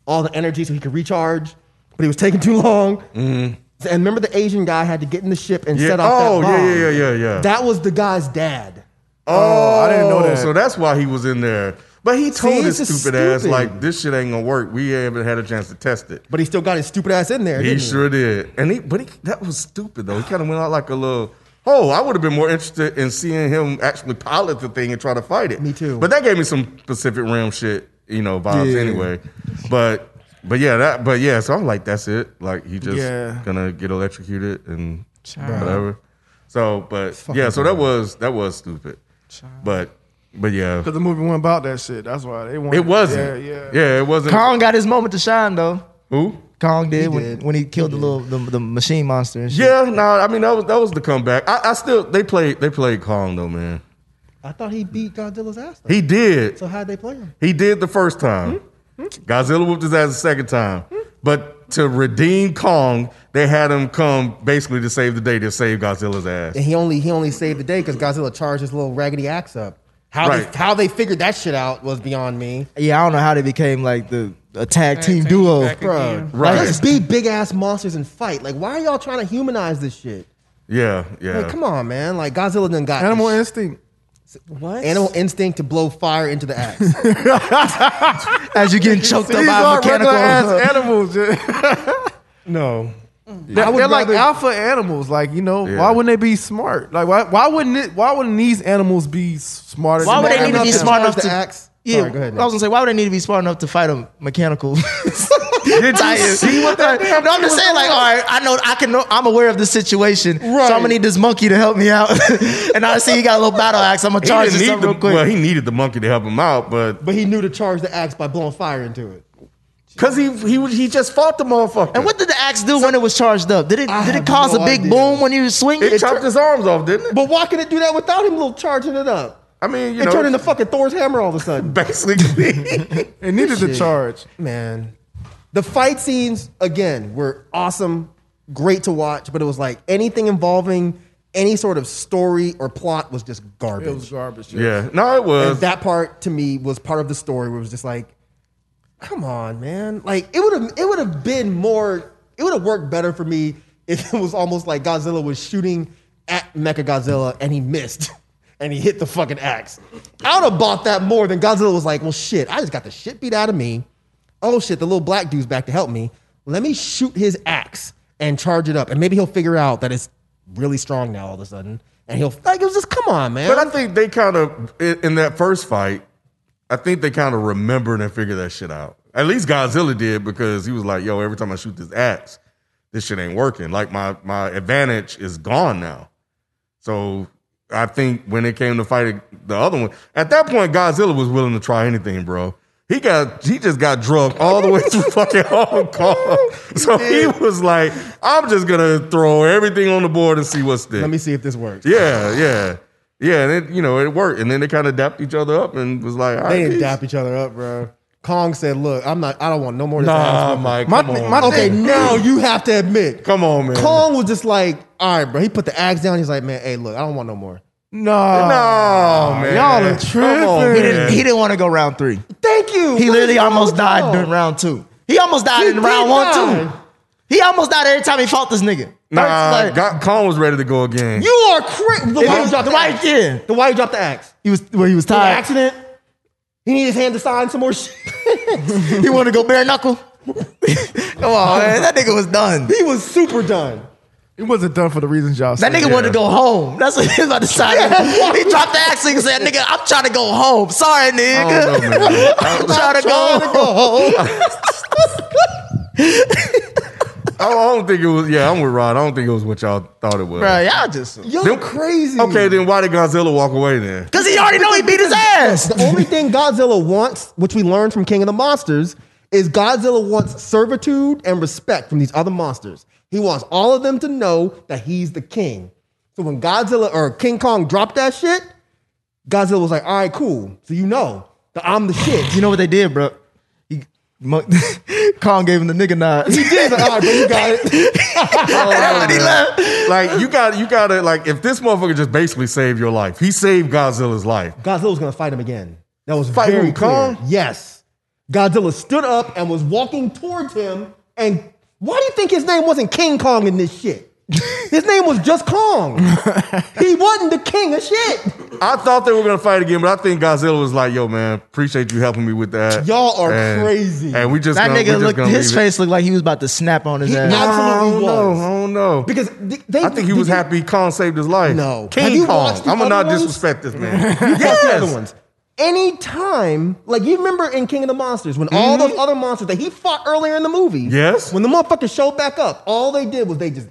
Speaker 7: all the energy so he could recharge, but he was taking too long. And remember the Asian guy had to get in the ship and
Speaker 2: Mm-hmm. Yeah.
Speaker 7: set off
Speaker 2: Oh,
Speaker 7: that
Speaker 2: yeah,
Speaker 7: bomb.
Speaker 2: yeah, yeah, yeah, yeah.
Speaker 7: That was the guy's dad.
Speaker 2: Oh,
Speaker 6: I didn't know that.
Speaker 2: So that's why he was in there. But he told
Speaker 7: See,
Speaker 2: his
Speaker 7: it's
Speaker 2: stupid,
Speaker 7: just
Speaker 2: ass
Speaker 7: stupid.
Speaker 2: like this shit ain't gonna work. We haven't had a chance to test it.
Speaker 7: But he still got his stupid ass in there.
Speaker 2: He
Speaker 7: didn't
Speaker 2: sure did. And he, but he, that was stupid though. He kind of went out like a little. Oh, I would have been more interested in seeing him actually pilot the thing and try to fight it.
Speaker 7: Me too.
Speaker 2: But that gave me some Pacific Rim shit, you know, vibes anyway. But but yeah, that but yeah. So I'm like, that's it. Like he just
Speaker 6: Yeah.
Speaker 2: gonna get electrocuted and whatever. So but yeah, so that was that was stupid. But but yeah,
Speaker 6: Because the movie wasn't about that shit. That's why they wanted
Speaker 2: it wasn't.
Speaker 6: Yeah, yeah.
Speaker 2: yeah, it wasn't.
Speaker 5: Kong got his moment to shine though.
Speaker 2: Who?
Speaker 5: Kong did, when, when he killed the little the, the machine monster and shit.
Speaker 2: Yeah, no, I mean that was that was the comeback. I, I still they played they played Kong though, man.
Speaker 7: He? I thought he beat Godzilla's ass. Though.
Speaker 2: He did.
Speaker 7: so how'd they play him?
Speaker 2: He did the first time. Godzilla whooped his ass the second time. But to redeem Kong, they had him come basically to save the day to save Godzilla's
Speaker 7: And
Speaker 2: ass.
Speaker 7: he only he only saved the day because Godzilla charged his little raggedy axe up. How
Speaker 2: Right.
Speaker 7: they how they figured that shit out was beyond me.
Speaker 5: Yeah, I don't know how they became like the a tag team
Speaker 4: Tag team
Speaker 5: duo.
Speaker 4: back again.
Speaker 2: Right.
Speaker 7: Let's be big ass monsters and fight. Like, why are y'all trying to humanize this shit?
Speaker 2: Yeah, yeah.
Speaker 7: Like, come on, man. Like Godzilla done got
Speaker 6: Animal
Speaker 7: this
Speaker 6: instinct.
Speaker 4: What?
Speaker 7: sh- animal instinct to blow fire into the axe.
Speaker 5: As you getting choked up
Speaker 6: These
Speaker 5: by a
Speaker 6: are regular
Speaker 5: mechanical.
Speaker 6: ass animals. yeah.
Speaker 2: No.
Speaker 6: They're, they're like
Speaker 7: rather-
Speaker 6: alpha animals. Like you know,
Speaker 2: Yeah.
Speaker 6: why wouldn't they be smart? Like why? Why wouldn't it? Why wouldn't these animals be smarter?
Speaker 5: Why
Speaker 6: than
Speaker 5: would they
Speaker 6: man?
Speaker 5: need to be
Speaker 7: Enough to
Speaker 5: smart
Speaker 7: charge
Speaker 5: enough to
Speaker 7: the axe?
Speaker 5: Yeah,
Speaker 7: Sorry, go ahead,
Speaker 5: I was gonna say, why would they need to be smart enough to fight a mechanical? Did
Speaker 2: you see what that damn
Speaker 5: No, I'm just
Speaker 2: thing
Speaker 5: saying, like, all right, I know, I can, know, I'm aware of this situation, so I'm gonna need this monkey to help me out. and I see he got a little battle axe. I'm gonna
Speaker 2: He
Speaker 5: charge
Speaker 2: didn't
Speaker 5: this
Speaker 2: need
Speaker 5: up
Speaker 2: the,
Speaker 5: real quick.
Speaker 2: well, he needed the monkey to help him out, but
Speaker 7: But he knew to charge the axe by blowing fire into it.
Speaker 2: because he he was- he just fought the motherfucker.
Speaker 5: and what did the axe do when it was charged up? Did it
Speaker 7: I
Speaker 5: did it
Speaker 7: have
Speaker 5: cause
Speaker 7: no
Speaker 5: a big
Speaker 7: idea.
Speaker 5: boom when you swing?
Speaker 2: it chopped his arms off, didn't it?
Speaker 7: But why can it do that without him little charging it up?
Speaker 2: I mean, you
Speaker 7: it
Speaker 2: know,
Speaker 7: turned into fucking Thor's hammer all of a sudden.
Speaker 2: basically.
Speaker 6: It needed to charge.
Speaker 7: Man, the fight scenes again were awesome, great to watch, but it was like anything involving any sort of story or plot was just garbage.
Speaker 6: It was garbage.
Speaker 2: yeah, no, it
Speaker 7: and
Speaker 2: was.
Speaker 7: that part to me was part of the story where it was just like, come on, man. Like it would have it would have been more it would have worked better for me if it was almost like Godzilla was shooting at Mecha Godzilla and he missed. And he hit the fucking axe. I would have bought that more than Godzilla was like, well shit, I just got the shit beat out of me. Oh shit, the little black dude's back to help me. Let me shoot his axe and charge it up. And maybe he'll figure out that it's really strong now all of a sudden. And he'll like it was just come on, man.
Speaker 2: But I think they kind of in, in that first fight, I think they kind of remembered and figured that shit out. At least Godzilla did because he was like, "Yo, every time I shoot this axe, this shit ain't working. Like my my advantage is gone now. So I think when it came to fighting the other one, at that point Godzilla was willing to try anything, bro. He got he just got drunk all the way to fucking Hong Kong. So he was like, I'm just gonna throw everything on the board and see what's there.
Speaker 7: Let me see if this works.
Speaker 2: Yeah, yeah. Yeah, and it, you know, it worked. And then they kind of dapped each other up and was like, all right.
Speaker 7: They didn't
Speaker 2: peace.
Speaker 7: dap each other up, bro. Kong said, "Look, I'm not. I don't want no more." of this
Speaker 2: Nah,
Speaker 7: ass
Speaker 2: Mike.
Speaker 5: My
Speaker 2: come
Speaker 5: thing-
Speaker 2: on.
Speaker 5: my
Speaker 7: whooping. Okay, now you have to admit,
Speaker 2: Come on, man.
Speaker 7: Kong was just like, "All right, bro." He put the axe down. He's like, "Man, hey, look, I don't want no more."
Speaker 6: No.
Speaker 2: No, man.
Speaker 6: y'all are
Speaker 2: Come on,
Speaker 6: tripping.
Speaker 5: He didn't,
Speaker 2: man.
Speaker 5: he didn't want to go round three.
Speaker 7: Thank you.
Speaker 5: He
Speaker 7: What
Speaker 5: literally
Speaker 7: is wrong
Speaker 5: almost
Speaker 7: with
Speaker 5: died
Speaker 7: y'all?
Speaker 5: during round two. He almost died
Speaker 7: He
Speaker 5: in round
Speaker 7: did
Speaker 5: one
Speaker 7: die.
Speaker 5: too. He almost died every time he fought this nigga.
Speaker 2: Nah,
Speaker 5: Like,
Speaker 2: God, Kong was ready to go again.
Speaker 7: You are crazy. The
Speaker 5: it
Speaker 7: why
Speaker 5: was-
Speaker 7: you dropped the
Speaker 5: right
Speaker 7: axe.
Speaker 5: there.
Speaker 7: The why you dropped the axe.
Speaker 5: he was well, he was
Speaker 7: The
Speaker 5: tired.
Speaker 7: accident. He needed his hand to sign some more shit.
Speaker 5: he wanted to go bare knuckle. Come on, man. That nigga was done.
Speaker 7: he was super done.
Speaker 6: It wasn't done for the reasons y'all
Speaker 5: That
Speaker 6: said.
Speaker 5: nigga wanted to go home. That's what he was about to decide. he dropped the axe and said, "Nigga, I'm trying to go home. Sorry,
Speaker 2: I
Speaker 5: nigga.
Speaker 2: don't know, man.
Speaker 5: I'm trying to go home."
Speaker 2: Oh. I don't think it was. Yeah, I'm with Rod. I don't think it was what y'all thought it was.
Speaker 5: Bro, y'all just
Speaker 7: You're
Speaker 2: Them-
Speaker 7: crazy.
Speaker 2: Okay, then why did Godzilla walk away then?
Speaker 5: because he already know he beat his ass.
Speaker 7: The only thing Godzilla wants, which we learned from King of the Monsters, is Godzilla wants servitude and respect from these other monsters. He wants all of them to know that he's the king. So when Godzilla or King Kong dropped that shit, Godzilla was like, all right, cool. So you know that I'm the shit.
Speaker 5: You know what they did, bro? He, Mo- Kong gave him the nigga nod.
Speaker 7: He did. He's like, all right, bro, you got it.
Speaker 5: That's when he left.
Speaker 2: Like you got, you gotta like if this motherfucker just basically saved your life, he saved Godzilla's life.
Speaker 7: Godzilla was gonna fight him again. That was
Speaker 2: Fight
Speaker 7: very
Speaker 2: who,
Speaker 7: clear.
Speaker 2: Kong?
Speaker 7: Yes. Godzilla stood up and was walking towards him. And why do you think his name wasn't King Kong in this shit? His name was just Kong. he wasn't the king of shit.
Speaker 2: I thought they were gonna fight again, but I think Godzilla was like, "Yo, man, appreciate you helping me with that."
Speaker 7: Y'all are
Speaker 2: And-
Speaker 7: crazy.
Speaker 2: And we just
Speaker 5: That
Speaker 2: gonna, we
Speaker 5: nigga
Speaker 2: just
Speaker 5: looked.
Speaker 2: gonna
Speaker 5: His
Speaker 2: leave it.
Speaker 5: face looked like he was about to snap on his
Speaker 7: He
Speaker 5: ass.
Speaker 7: not-
Speaker 2: I
Speaker 7: absolutely
Speaker 2: don't
Speaker 7: was.
Speaker 2: know. I don't know.
Speaker 7: Because th- they
Speaker 2: I think he
Speaker 7: did
Speaker 2: was
Speaker 7: you-
Speaker 2: happy Kong saved his life.
Speaker 7: No. Have
Speaker 2: King
Speaker 7: you
Speaker 2: Kong.
Speaker 7: watched the
Speaker 2: I'm gonna
Speaker 7: other
Speaker 2: not
Speaker 7: ones?
Speaker 2: disrespect this man.
Speaker 7: That's the
Speaker 2: yes.
Speaker 7: other ones. Anytime, like you remember in King of the Monsters, when all those other monsters that he fought earlier in the movie,
Speaker 2: Mm-hmm. Yes.
Speaker 7: when the motherfuckers showed back up, all they did was they just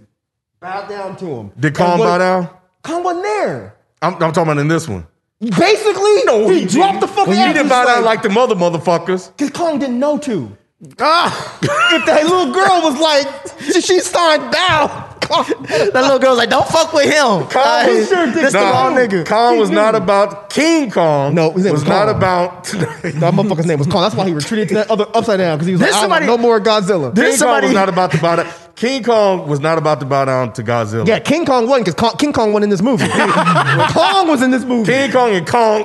Speaker 7: bowed down to him.
Speaker 2: Did Kong bow down?
Speaker 7: Kong wasn't there.
Speaker 2: I'm, I'm talking about in this one.
Speaker 7: Basically,
Speaker 2: No,
Speaker 7: he,
Speaker 2: he
Speaker 7: dropped the fucking
Speaker 2: He
Speaker 7: axe.
Speaker 2: didn't
Speaker 7: He's
Speaker 2: bow down like the mother motherfuckers.
Speaker 7: Cause Kong didn't know to.
Speaker 2: Ah,
Speaker 7: If that little girl was like, she, she signed down.
Speaker 5: that little girl's like, "Don't fuck with him."
Speaker 2: Kong
Speaker 5: Like,
Speaker 2: was,
Speaker 7: sure did
Speaker 5: this the
Speaker 2: Nah,
Speaker 5: wrong nigga.
Speaker 2: Kong was not about King Kong.
Speaker 7: No, his
Speaker 2: was,
Speaker 7: name was
Speaker 2: not
Speaker 7: Kong.
Speaker 2: about.
Speaker 7: That motherfucker's name was Kong. That's why he retreated to that other upside down. Cause he was
Speaker 5: There's
Speaker 7: like,
Speaker 5: somebody-
Speaker 7: I don't want no more Godzilla.
Speaker 5: There's
Speaker 2: King Kong
Speaker 5: somebody-
Speaker 2: was not about to bow down. King Kong was not about to bow down to Godzilla.
Speaker 7: yeah, King Kong won because Kong, King Kong won in this movie. Kong was in this movie.
Speaker 2: King Kong and Kong.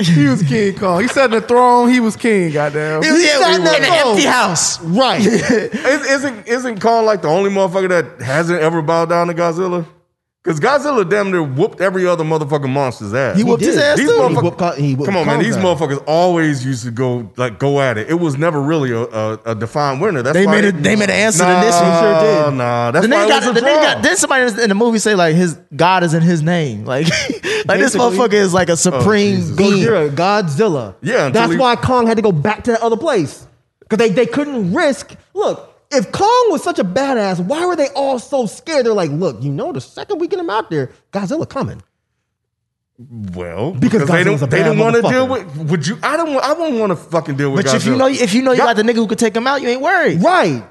Speaker 6: He was King Kong. He sat in the throne. He was king. Goddamn.
Speaker 5: He was yeah,
Speaker 7: sat
Speaker 5: in
Speaker 7: there
Speaker 5: an
Speaker 7: alone.
Speaker 5: empty house.
Speaker 7: Right.
Speaker 2: Is- isn't isn't Kong like the only motherfucker that hasn't ever bowed down to Godzilla? Because Godzilla damn near whooped every other motherfucking monster's ass.
Speaker 5: He whooped his
Speaker 7: did.
Speaker 5: ass
Speaker 2: These
Speaker 5: too.
Speaker 7: He
Speaker 2: motherfuck-
Speaker 7: whooped Kong- he whooped
Speaker 2: Come on, man.
Speaker 7: Kong
Speaker 2: These
Speaker 7: down.
Speaker 2: motherfuckers always used to go like go at it. It was never really a, a, a defined winner. That's
Speaker 5: They
Speaker 2: why
Speaker 5: made a- they made an answer to
Speaker 2: nah,
Speaker 5: this one. Sure did.
Speaker 2: Nah, that's
Speaker 5: the
Speaker 2: why
Speaker 5: nigga
Speaker 2: it was
Speaker 5: got the
Speaker 2: a
Speaker 5: nigga
Speaker 2: draw.
Speaker 5: got then somebody in the movie say like his God is in his name. Like like this
Speaker 7: Basically.
Speaker 5: motherfucker is like a supreme
Speaker 2: Jesus.
Speaker 7: Go
Speaker 5: being.
Speaker 7: you're a Godzilla.
Speaker 2: Yeah, until
Speaker 7: that's
Speaker 2: he-
Speaker 7: why Kong had to go back to that other place because they they couldn't risk. Look, if Kong was such a badass, why were they all so scared? They're like, look, you know, the second we get him out there, Godzilla coming.
Speaker 2: well
Speaker 7: Because
Speaker 2: because, they
Speaker 7: Godzilla's a
Speaker 2: don't they
Speaker 7: bad
Speaker 2: don't want to
Speaker 7: motherfucker.
Speaker 2: deal with. Would you? I don't. wa- I wouldn't want to fucking deal with.
Speaker 5: But if you
Speaker 2: Godzilla.
Speaker 5: know if you know you
Speaker 2: Y'all-
Speaker 5: got the nigga who could take him out, you ain't worried.
Speaker 7: Right?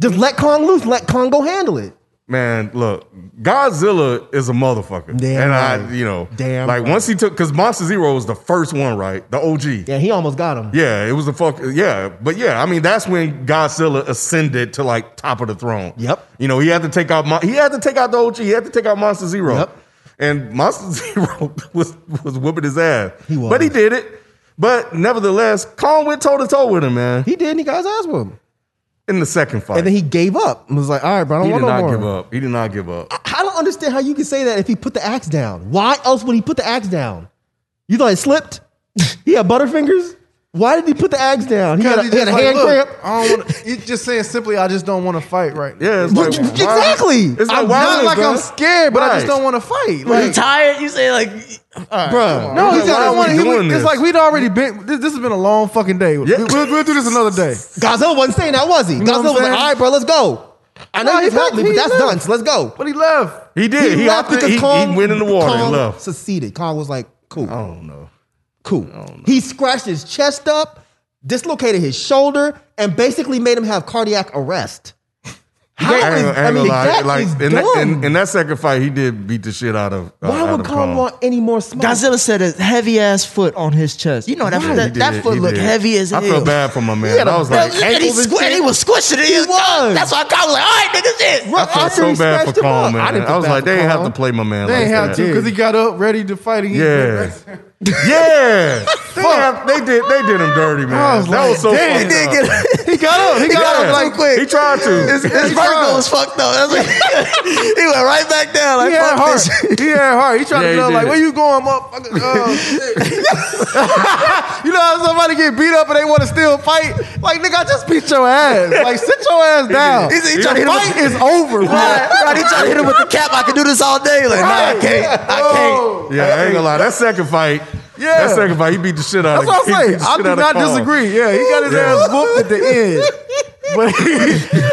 Speaker 7: Just let Kong loose. Let Kong go handle it.
Speaker 2: Man, look, Godzilla is a motherfucker.
Speaker 7: Damn
Speaker 2: and
Speaker 7: right.
Speaker 2: I, you know,
Speaker 7: Damn
Speaker 2: like once he took because Monster Zero was the first one, right? The OG. Yeah.
Speaker 7: Yeah, he almost got him.
Speaker 2: it was the fuck. Yeah, but yeah, I mean that's when Godzilla ascended to like top of the throne.
Speaker 7: Yep.
Speaker 2: You know, he had to take out Mon- he had to take out the OG. He had to take out Monster Zero.
Speaker 7: Yep.
Speaker 2: And Monster Zero was was whipping his ass.
Speaker 7: He was.
Speaker 2: But he did it. But nevertheless, Kong went toe to toe with him, man,
Speaker 7: He did. And he got his ass whooped.
Speaker 2: in the second fight.
Speaker 7: And then he gave up and was like, all right, bro, I
Speaker 2: he
Speaker 7: don't
Speaker 2: did
Speaker 7: want
Speaker 2: not
Speaker 7: no more.
Speaker 2: give up. He did not give up.
Speaker 7: I don't understand how you can say that if he put the axe down. Why else would he put the axe down? You thought it slipped? he had butterfingers? Why did he put the axe down? He had a, he had a hand cramp.
Speaker 6: I don't want. It's just saying simply, I just don't want to fight right now.
Speaker 2: Yeah, it's
Speaker 7: Well,
Speaker 2: like,
Speaker 7: j-
Speaker 2: why-
Speaker 7: exactly.
Speaker 2: It's like,
Speaker 6: I'm
Speaker 2: why
Speaker 6: not
Speaker 2: would-
Speaker 6: like I'm
Speaker 2: bruh?
Speaker 6: scared, but I just
Speaker 2: Right.
Speaker 6: don't want to fight.
Speaker 5: You
Speaker 6: Like,
Speaker 5: tired? You say like
Speaker 7: Bruh.
Speaker 6: no, he
Speaker 2: Like, why
Speaker 6: just don't
Speaker 2: are
Speaker 6: want
Speaker 2: we
Speaker 6: to.
Speaker 2: doing
Speaker 6: It's
Speaker 2: this?
Speaker 6: like we'd already been. This, this has been a long fucking day.
Speaker 2: Yeah.
Speaker 6: We, will we'll do this another day.
Speaker 7: Godzilla wasn't saying that, was he?
Speaker 6: know
Speaker 7: Godzilla
Speaker 6: what I'm
Speaker 7: was like,
Speaker 6: saying?
Speaker 7: all right, bro, let's go. I know
Speaker 6: No,
Speaker 7: you
Speaker 6: he
Speaker 7: just helped me,
Speaker 6: left-
Speaker 7: but
Speaker 6: he
Speaker 7: that's
Speaker 6: left.
Speaker 7: done. So let's go.
Speaker 6: But he left.
Speaker 2: He did. He,
Speaker 7: left
Speaker 2: opted,
Speaker 7: because
Speaker 2: he, he
Speaker 7: Kong-
Speaker 2: went in the water
Speaker 7: Kong
Speaker 2: and left. Oh.
Speaker 7: Seceded. Kong was like, cool,
Speaker 2: I don't know.
Speaker 7: cool. He scratched his chest up, dislocated his shoulder, and basically made him have cardiac arrest. How
Speaker 2: I ain't
Speaker 7: is-
Speaker 2: gonna- I ain't gonna
Speaker 7: mean,
Speaker 2: lie.
Speaker 7: that
Speaker 2: Like,
Speaker 7: is
Speaker 2: in, that, in,
Speaker 7: dumb.
Speaker 2: in that second fight, he did beat the shit out of. Uh,
Speaker 7: Why
Speaker 2: out
Speaker 7: would
Speaker 2: of
Speaker 7: Kong want any more smoke?
Speaker 5: Godzilla said a heavy ass foot on his chest. You know that
Speaker 2: Yeah, he
Speaker 5: that, that
Speaker 2: did.
Speaker 5: foot
Speaker 2: He
Speaker 5: looked
Speaker 2: did.
Speaker 5: heavy as
Speaker 2: I
Speaker 5: hell.
Speaker 2: felt bad for my man. I was like,
Speaker 5: and he,
Speaker 2: ankles and
Speaker 5: squid,
Speaker 2: shit.
Speaker 5: he was squishing it. He
Speaker 7: was.
Speaker 5: That's why Kyle was like, all right, niggas, in.
Speaker 2: I felt so bad for Kong, man.
Speaker 7: I
Speaker 2: I,
Speaker 7: didn't feel
Speaker 2: was
Speaker 7: bad
Speaker 2: like,
Speaker 7: for
Speaker 2: they didn't have
Speaker 7: Kong.
Speaker 2: to play my man
Speaker 6: They
Speaker 2: like
Speaker 6: ain't
Speaker 2: that.
Speaker 6: have to because he got up ready to fight. And he
Speaker 2: Yeah. yeah. They, have, they did they did him dirty, man.
Speaker 6: I was
Speaker 2: that
Speaker 6: like,
Speaker 2: was so
Speaker 6: damn,
Speaker 2: fucked up.
Speaker 6: he
Speaker 5: he got up. He
Speaker 2: Yeah.
Speaker 5: got up like quick.
Speaker 2: He tried to.
Speaker 5: His, his vertigo was fucked up. That's what- he went right back down. Like,
Speaker 6: He had
Speaker 5: fuck
Speaker 6: heart.
Speaker 5: this.
Speaker 6: He had heart. He tried
Speaker 2: Yeah, he
Speaker 6: to know,
Speaker 2: did.
Speaker 6: like, where you going, motherfucker? Oh, shit. you know how somebody get beat up and they want to still fight? Like, nigga, I just beat your ass. Like, sit your ass down.
Speaker 5: He said he tried to hit
Speaker 6: the
Speaker 5: him with-
Speaker 6: fight is over,
Speaker 5: Right,
Speaker 6: bro.
Speaker 5: right, he tried to hit him with Oh. the cap. I can do this all day. Like, nah, I can't.
Speaker 6: Oh,
Speaker 5: I can't.
Speaker 2: Yeah, I ain't gonna lie. That second fight,
Speaker 6: Yeah.
Speaker 2: that second fight, he beat the shit out
Speaker 6: That's
Speaker 2: of
Speaker 6: what
Speaker 2: he beat
Speaker 6: I'm saying.
Speaker 2: the
Speaker 6: I
Speaker 2: shit
Speaker 6: do
Speaker 2: out of
Speaker 6: not
Speaker 2: Kong.
Speaker 6: disagree. Yeah, he got his ass whooped at the end. But he,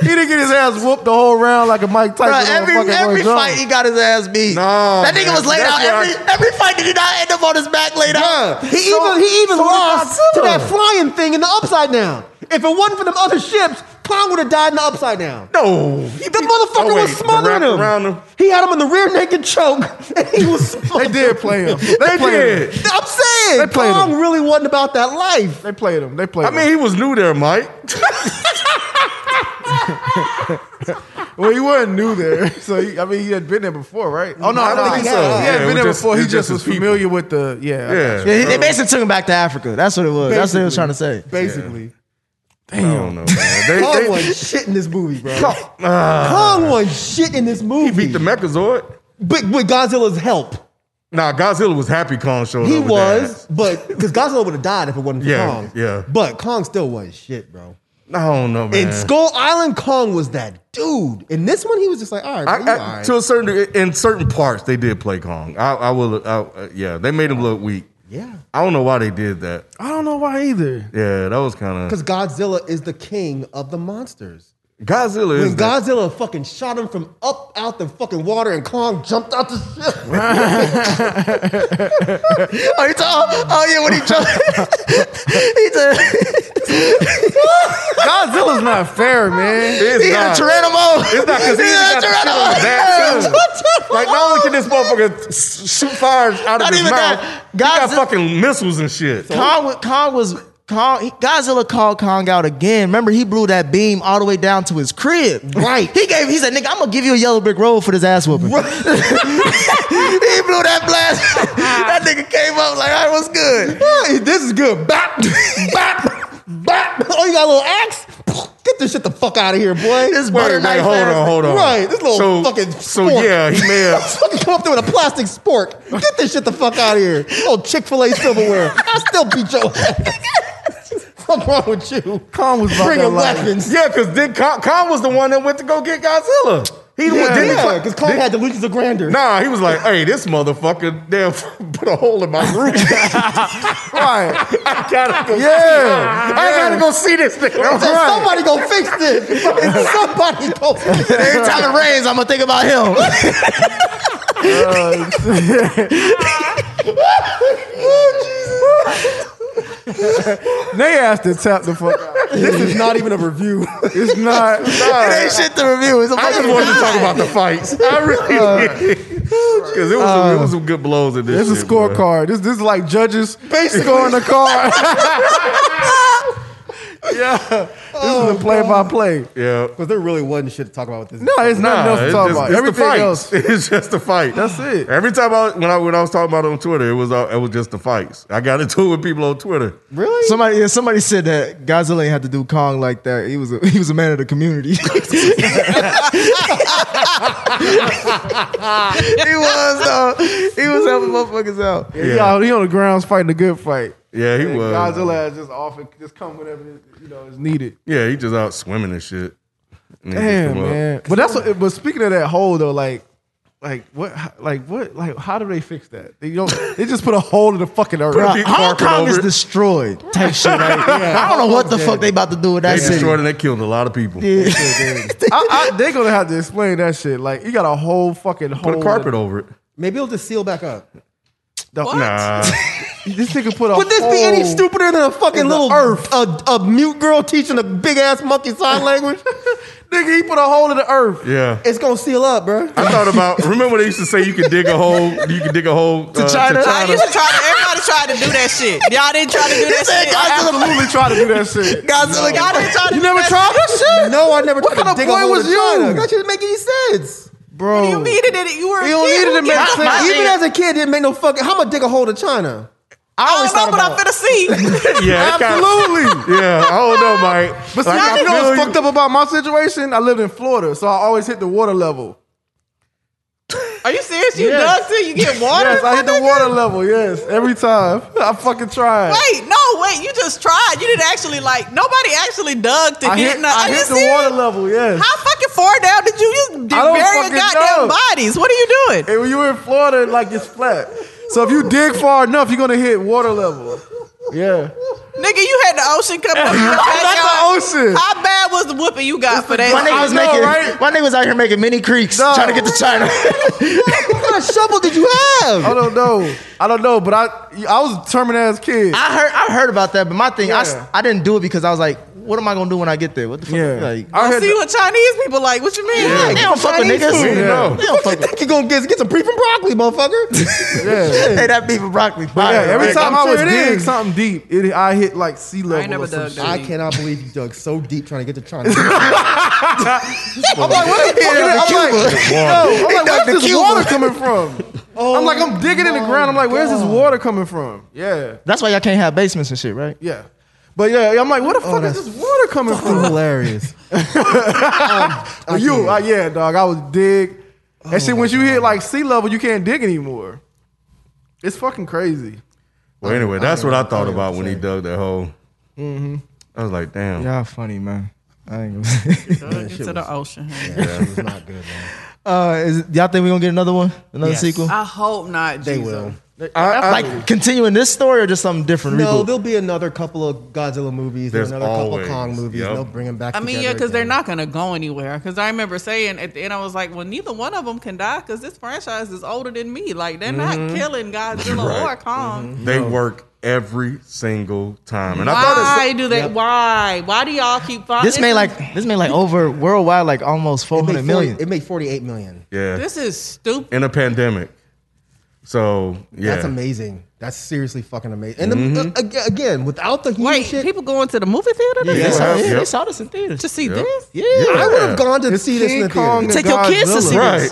Speaker 6: he didn't get his ass whooped the whole round like a Mike
Speaker 5: Bro,
Speaker 6: Tyson.
Speaker 5: every
Speaker 6: motherfucking Roy
Speaker 5: every
Speaker 6: Jones.
Speaker 5: fight he got his ass beat.
Speaker 2: No,
Speaker 5: that nigga
Speaker 2: man.
Speaker 5: was laid
Speaker 2: That's
Speaker 5: out.
Speaker 2: why I-
Speaker 5: Every, every fight did he not end up on his back laid out?
Speaker 7: He even he even lost to that flying thing in the upside down. If it wasn't for them other ships, Kong would have died in the upside down.
Speaker 2: No,
Speaker 7: He, the motherfucker
Speaker 2: oh, wait,
Speaker 7: was
Speaker 2: the
Speaker 7: smothering
Speaker 2: wrap
Speaker 7: him.
Speaker 2: around him.
Speaker 7: He had him in the rear naked choke, and he was.
Speaker 6: They did play him. They,
Speaker 2: They
Speaker 6: played him.
Speaker 2: did.
Speaker 7: I'm saying
Speaker 6: They played
Speaker 7: Kong
Speaker 6: him.
Speaker 7: really wasn't about that life.
Speaker 6: They played him. They played
Speaker 2: I
Speaker 6: him.
Speaker 2: mean, he was new there, Mike.
Speaker 6: Well, he wasn't new there, so he, I mean, he had been there before, right? Oh no,
Speaker 2: I
Speaker 6: I
Speaker 2: don't
Speaker 6: think
Speaker 2: think
Speaker 6: he,
Speaker 2: so.
Speaker 6: he
Speaker 2: Yeah,
Speaker 6: had
Speaker 2: it was
Speaker 6: been there
Speaker 2: just-
Speaker 6: before.
Speaker 2: it
Speaker 6: He
Speaker 2: was
Speaker 6: just,
Speaker 2: just
Speaker 6: was
Speaker 2: his people.
Speaker 6: familiar with the yeah. I
Speaker 2: Yeah,
Speaker 6: got you.
Speaker 5: Yeah, he- they basically took him back to Africa. That's what it was. That's what he was trying to say.
Speaker 6: basically.
Speaker 2: I don't know. Man. They,
Speaker 7: Kong
Speaker 2: they, uh,
Speaker 7: won shit in this movie, bro. Kong won shit in this movie.
Speaker 2: beat the Mechazord.
Speaker 7: but with Godzilla's help.
Speaker 2: Nah, Godzilla was happy Kong showed
Speaker 7: He
Speaker 2: up. with
Speaker 7: was,
Speaker 2: that.
Speaker 7: but because Godzilla would have died if it wasn't for
Speaker 2: Yeah,
Speaker 7: Kong.
Speaker 2: yeah.
Speaker 7: But Kong still was shit, bro.
Speaker 2: I don't know, man.
Speaker 7: In Skull Island, Kong was that dude. In this one, he was just like, all right,
Speaker 2: I,
Speaker 7: bro, you all
Speaker 2: I,
Speaker 7: right.
Speaker 2: to a certain degree, in certain parts, they did play Kong. I, I will. I, uh, yeah, they made him look weak.
Speaker 7: yeah.
Speaker 2: I don't know why they did that.
Speaker 6: I don't know why either.
Speaker 2: Yeah, that was kind of
Speaker 7: Because Godzilla is the king of the monsters.
Speaker 2: Godzilla
Speaker 7: When
Speaker 2: is that-
Speaker 7: Godzilla fucking shot him from up out the fucking water and Kong jumped out the ship.
Speaker 5: Oh, he told, oh yeah, when he jumped, he said,
Speaker 6: Godzilla's not fair, man.
Speaker 2: It's
Speaker 5: he a
Speaker 2: not.
Speaker 5: Tyrannomo.
Speaker 2: It's not because he
Speaker 5: He's
Speaker 2: got the shit on his back too. Like not only can this motherfucker s- shoot fire out of
Speaker 5: Not
Speaker 2: his
Speaker 5: even
Speaker 2: mouth,
Speaker 5: that.
Speaker 2: he got
Speaker 5: Godzilla-
Speaker 2: fucking missiles and shit.
Speaker 5: Kong, wa- Kong was Kong. he- Godzilla called Kong out again. Remember, he blew that beam all the way down to his crib. Right. He gave. He said, "Nigga, I'm gonna give you a yellow brick road for this ass whooping." he blew that blast. that nigga came up like, "I was good."
Speaker 7: Hey, this is good. Bap, bap, bap. Oh, you got a little axe? Get this shit the fuck out of here, boy.
Speaker 5: This
Speaker 2: Wait,
Speaker 5: butter
Speaker 2: wait,
Speaker 5: knife
Speaker 2: hold
Speaker 5: ass-
Speaker 2: on, hold on.
Speaker 7: Right, this little
Speaker 2: so,
Speaker 7: fucking
Speaker 2: So
Speaker 7: spork.
Speaker 2: yeah, he may have.
Speaker 7: Fucking come up there with a plastic spork. Get this shit the fuck out of here. Oh, Chick fil A silverware. I still beat your ass. What's wrong with you?
Speaker 6: Kong was about
Speaker 7: Bring
Speaker 6: that
Speaker 7: your
Speaker 6: life.
Speaker 7: weapons.
Speaker 2: Yeah, because then Kong, Kong was the one that went to go get Godzilla. He the one-
Speaker 7: Yeah,
Speaker 2: didn't he
Speaker 7: because
Speaker 2: fuck-
Speaker 7: Kong
Speaker 2: did-
Speaker 7: had delusions of grandeur.
Speaker 2: Nah, he was like, "Hey, this motherfucker damn put a hole in my roof.
Speaker 6: Right.
Speaker 2: I gotta go.
Speaker 6: Yeah.
Speaker 2: I gotta go see this thing."
Speaker 7: I said, Somebody gonna fix this. Somebody gonna fix this.
Speaker 5: Every time it rains, I'm gonna think about him.
Speaker 6: They asked to tap the fuck out.
Speaker 7: This is not even a review.
Speaker 6: It's not.
Speaker 5: it ain't shit to review. It's a
Speaker 2: I just
Speaker 5: fucking-
Speaker 2: wanted to talk about the fights. I really did. Because it, was some- it was some good blows in this.
Speaker 6: It's a
Speaker 2: shit, bro.
Speaker 6: scorecard. This this is like judges scoring the card. yeah. This
Speaker 2: Oh,
Speaker 6: is a play by play.
Speaker 2: Yeah.
Speaker 7: Because there really wasn't shit to talk about with this.
Speaker 6: No, it's nothing else to
Speaker 2: it's
Speaker 6: talk
Speaker 2: just- it's
Speaker 6: about.
Speaker 2: the
Speaker 6: Everything
Speaker 2: fights.
Speaker 6: else.
Speaker 2: It's just the fight.
Speaker 6: That's it.
Speaker 2: Every time I when I when I was talking about it on Twitter, it was all, it was just the fights. I got into it with people on Twitter.
Speaker 7: Really?
Speaker 5: Somebody, yeah, somebody said that Godzilla ain't had to do Kong like that. He was a, he was a man of the community. he was though. He was helping motherfuckers out.
Speaker 6: Yeah. He, out- he on the grounds fighting a good fight.
Speaker 2: Yeah, he
Speaker 6: And
Speaker 2: was.
Speaker 6: Godzilla is just off and just come whenever you know is needed.
Speaker 2: Yeah, he just out swimming and shit. And he just
Speaker 6: Damn
Speaker 2: come up.
Speaker 6: man, but that's what, but speaking of that hole though, like Like what? how- Like what? Like how do they fix that? They don't. They just put a hole in the fucking earth.
Speaker 2: Bro,
Speaker 6: Big
Speaker 5: Hong
Speaker 2: carpet
Speaker 5: Kong
Speaker 2: over
Speaker 5: is
Speaker 2: it.
Speaker 5: destroyed. Type shit. Right? I don't know what the fuck they about to do with
Speaker 2: They
Speaker 5: that city.
Speaker 2: destroyed and they killed a lot of people.
Speaker 6: I, I, they're gonna have to explain that shit. Like you got a whole fucking hole.
Speaker 2: Put a
Speaker 6: in
Speaker 2: carpet
Speaker 6: the-
Speaker 2: over it.
Speaker 7: Maybe it'll just seal back up.
Speaker 2: Nah.
Speaker 6: This nigga put a.
Speaker 7: Would this be any
Speaker 6: hole-
Speaker 7: stupider than a
Speaker 6: Oh.
Speaker 7: fucking
Speaker 6: in the
Speaker 7: little
Speaker 6: earth.
Speaker 7: A, a mute girl teaching a big ass monkey sign language?
Speaker 6: Nigga, he put a hole in the earth.
Speaker 2: Yeah.
Speaker 7: it's gonna seal up, bro.
Speaker 2: I thought about. Remember they used to say you could dig a hole. You could dig a hole to To
Speaker 4: I
Speaker 6: China?
Speaker 2: China.
Speaker 4: used to try to, everybody tried to do that shit. Y'all didn't try to do that shit.
Speaker 6: Absolutely try to do that shit.
Speaker 4: Godzilla, y'all didn't try to
Speaker 6: You
Speaker 4: do
Speaker 6: never
Speaker 4: that
Speaker 6: tried this shit?
Speaker 7: No, I never
Speaker 6: What
Speaker 7: tried
Speaker 6: kind of
Speaker 7: to dig
Speaker 6: boy
Speaker 7: a hole
Speaker 6: was
Speaker 7: in
Speaker 6: you?
Speaker 7: China. That shit didn't make any sense.
Speaker 6: Bro.
Speaker 4: You needed it. You were a
Speaker 6: You don't
Speaker 4: kid.
Speaker 6: need it
Speaker 4: Who
Speaker 6: to make
Speaker 4: gives a fuck?
Speaker 6: sense. I
Speaker 7: Even as a kid, didn't make no fucking. How am gonna dig a hole to China?
Speaker 4: I don't know, but I'm finna see.
Speaker 2: Yeah, it kinda-
Speaker 6: Absolutely.
Speaker 2: yeah, I don't know, Mike.
Speaker 6: But see,
Speaker 2: I
Speaker 6: you know
Speaker 2: feel
Speaker 6: what's
Speaker 2: you.
Speaker 6: fucked up about my situation? I lived in Florida, so I always hit the water level.
Speaker 4: Are you serious? You
Speaker 6: Yes.
Speaker 4: dug till you get water?
Speaker 6: Yes, I hit the
Speaker 4: nigga?
Speaker 6: water level. Yes, every time. I fucking tried.
Speaker 4: Wait, no, wait. You just tried. You didn't actually like. Nobody actually dug to
Speaker 6: I
Speaker 4: get.
Speaker 6: hit,
Speaker 4: no,
Speaker 6: I
Speaker 4: are
Speaker 6: hit
Speaker 4: you
Speaker 6: the
Speaker 4: serious?
Speaker 6: water level. Yes.
Speaker 4: How fucking far down did you? You did
Speaker 6: I don't
Speaker 4: bury your
Speaker 6: fucking
Speaker 4: goddamn
Speaker 6: know.
Speaker 4: bodies. What are you doing?
Speaker 6: And when you're in Florida, like it's flat. So if you dig far enough, you're gonna hit water level. Yeah,
Speaker 4: Nigga, you had the ocean coming up in your backyard.
Speaker 6: that's the ocean.
Speaker 4: How bad was the whooping you got for that?
Speaker 5: My nigga
Speaker 6: I
Speaker 5: was
Speaker 6: know,
Speaker 5: making.
Speaker 6: right?
Speaker 5: My nigga was out here making mini creeks
Speaker 6: No.
Speaker 5: trying to get to China.
Speaker 7: What kind of shovel did you
Speaker 6: I
Speaker 7: have?
Speaker 6: don't know. I don't know, but I I was a determined ass kid.
Speaker 5: I heard. I heard about that, but my thing, I s-
Speaker 6: Yeah.
Speaker 5: I, didn't do it because I was like, what am I gonna do when I get there? What the fuck?
Speaker 6: Yeah.
Speaker 5: Like,
Speaker 6: I
Speaker 4: I
Speaker 6: heard
Speaker 4: see what Chinese people like. What you mean?
Speaker 5: they don't fuck with
Speaker 7: Chinese
Speaker 5: niggas.
Speaker 6: food, yeah.
Speaker 5: They don't fuck with.
Speaker 7: You gonna get get some pre from broccoli, motherfucker?
Speaker 6: yeah.
Speaker 5: Hey, that beef and broccoli.
Speaker 6: But yeah,
Speaker 5: fire,
Speaker 6: every
Speaker 5: right?
Speaker 6: time
Speaker 5: I'm
Speaker 6: I was
Speaker 5: sure it
Speaker 6: dig
Speaker 5: is.
Speaker 6: something deep, it, I hit like sea level.
Speaker 4: never
Speaker 6: or some
Speaker 4: dug
Speaker 6: shit.
Speaker 4: that.
Speaker 7: I cannot believe you dug so deep trying to get to China. I'm
Speaker 6: I'm like, where the fuck?
Speaker 7: Yeah,
Speaker 6: is- I'm
Speaker 7: Cuba.
Speaker 6: like, yo, I'm
Speaker 5: dug
Speaker 6: like,
Speaker 5: the
Speaker 6: where's this
Speaker 5: Cuba.
Speaker 6: water coming from? I'm like, I'm digging in the
Speaker 7: my
Speaker 6: ground. I'm like, where's this
Speaker 7: God.
Speaker 6: water coming from? Yeah,
Speaker 5: That's why y'all can't have basements and shit, right?
Speaker 6: yeah. But yeah, I'm like, where the fuck is
Speaker 7: Oh, that's
Speaker 6: this water coming from?
Speaker 7: hilarious.
Speaker 6: But you, uh, yeah, dog. I was dig. And
Speaker 7: Oh,
Speaker 6: shit, once you hit like sea level, you can't dig anymore. It's fucking crazy.
Speaker 2: Well, anyway, that's what I thought about when he dug that hole.
Speaker 7: Mm-hmm.
Speaker 2: I was like, damn.
Speaker 5: Y'all funny, man. I ain't gonna
Speaker 4: Dug into the ocean.
Speaker 7: It's not good, man.
Speaker 5: uh, is, y'all think we're gonna get another one? Another
Speaker 7: Yes.
Speaker 5: sequel?
Speaker 4: I hope not.
Speaker 7: They
Speaker 4: Jesus.
Speaker 7: will.
Speaker 5: like continuing this story or just something different?
Speaker 7: No,
Speaker 5: reboot?
Speaker 7: there'll be another couple of Godzilla movies.
Speaker 2: There's
Speaker 7: There's another couple
Speaker 2: always,
Speaker 7: of Kong movies.
Speaker 2: yep.
Speaker 7: They'll bring them back.
Speaker 4: I mean, yeah,
Speaker 7: together
Speaker 4: because they're
Speaker 7: again.
Speaker 4: not gonna go anywhere. Because I remember saying at the end, I was like, "Well, neither one of them can die because this franchise is older than me. Like, they're not killing Godzilla
Speaker 2: Right.
Speaker 4: or Kong.
Speaker 2: They work every single time. And I thought
Speaker 4: Why do they? Why? Why do y'all keep? Find,
Speaker 5: this made like this made like over worldwide like almost four
Speaker 7: It made,
Speaker 5: hundred
Speaker 7: 40,
Speaker 5: million.
Speaker 7: it made 48 million.
Speaker 2: it's yeah.
Speaker 4: This is stupid.
Speaker 2: In a pandemic. So yeah.
Speaker 7: That's amazing. That's seriously fucking amazing. And the, uh, aga- again, without the human
Speaker 4: Wait,
Speaker 7: shit,
Speaker 4: people going to the movie theater to,
Speaker 5: They saw,
Speaker 2: Yeah.
Speaker 5: yeah,
Speaker 2: Yep.
Speaker 5: they saw this in theaters.
Speaker 4: to see
Speaker 2: Yep.
Speaker 4: this?
Speaker 5: yeah.
Speaker 7: I would have gone to
Speaker 6: It's
Speaker 7: see this in
Speaker 6: King
Speaker 7: the
Speaker 6: Kong
Speaker 7: theater.
Speaker 5: Take your kids to
Speaker 6: Godzilla.
Speaker 5: see
Speaker 2: Right.
Speaker 5: this.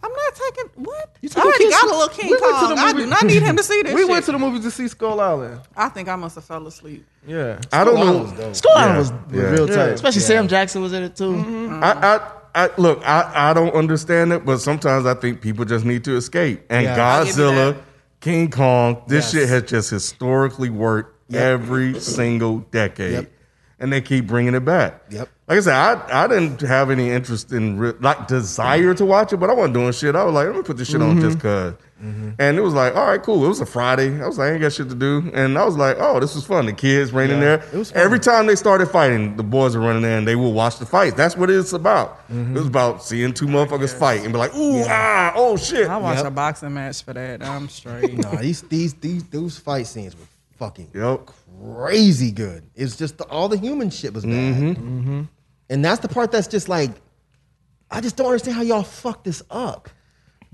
Speaker 4: I'm not taking what? I
Speaker 5: You took your
Speaker 4: already
Speaker 5: kids
Speaker 4: got
Speaker 5: to-
Speaker 4: a little King
Speaker 6: We went to
Speaker 4: Kong.
Speaker 6: the
Speaker 4: I
Speaker 6: movie-
Speaker 4: do not need him to see this.
Speaker 6: We
Speaker 4: shit.
Speaker 6: went to the movies to see Skull Island.
Speaker 4: I think I must have fell asleep.
Speaker 6: Yeah.
Speaker 2: I don't know.
Speaker 5: Skull Island was
Speaker 2: Yeah.
Speaker 5: real tight, Mm-hmm.
Speaker 6: Yeah.
Speaker 5: especially Sam Jackson was in it too.
Speaker 2: I, I, I look. I, I don't understand it, but sometimes I think people just need to escape. And
Speaker 7: Yeah.
Speaker 4: I'll give you
Speaker 2: Godzilla,
Speaker 4: that.
Speaker 2: King Kong, this
Speaker 7: Yes.
Speaker 2: shit has just historically worked
Speaker 7: Yep.
Speaker 2: every single decade,
Speaker 7: Yep.
Speaker 2: and they keep bringing it back.
Speaker 7: Yep.
Speaker 2: Like I said, I, I didn't have any interest in re- like desire to watch it, but I wasn't doing shit. I was like, let me put this shit
Speaker 7: Mm-hmm.
Speaker 2: on just because And it was like, all right, cool. It was a Friday. I was like, I ain't got shit to do. And I was like, oh, this was fun. The kids ran in there.
Speaker 7: it was fun.
Speaker 2: Every time they started fighting, the boys were running there and they would watch the fights. That's what it's about.
Speaker 7: Mm-hmm.
Speaker 2: It was about seeing two motherfuckers fight and be like, ooh, ah, oh shit.
Speaker 4: I watched
Speaker 7: Yep.
Speaker 4: a boxing match for that. I'm straight.
Speaker 7: Nah, these these these those fight scenes were fucking
Speaker 2: Yep.
Speaker 7: crazy good. It's just the, all the human shit was bad,
Speaker 5: Mm-hmm.
Speaker 7: Mm-hmm. and that's the part that's just like, I just don't understand how y'all fucked this up.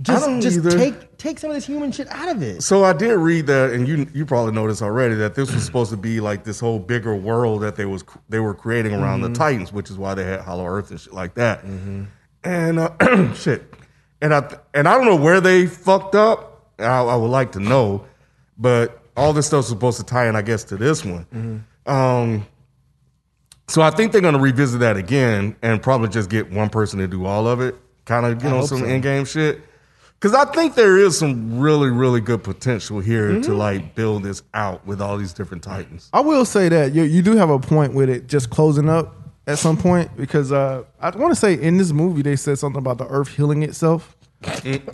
Speaker 7: Just
Speaker 2: don't
Speaker 7: just
Speaker 2: either.
Speaker 7: take take some of this human shit out of it.
Speaker 2: So I did read that, and you you probably know this already that this was supposed to be like this whole bigger world that they was they were creating around the Titans, which is why they had Hollow Earth and shit like that. And uh, shit, and I and I don't know where they fucked up. I, I would like to know, but all this stuff's supposed to tie in, I guess, to this one. Um, so I think they're going to revisit that again and probably just get one person to do all of it, kind of you know some in game shit. Because I think there is some really really good potential here to like build this out with all these different titans.
Speaker 6: I will say that you you do have a point with it just closing up at some point because uh, I want to say in this movie they said something about the Earth healing itself.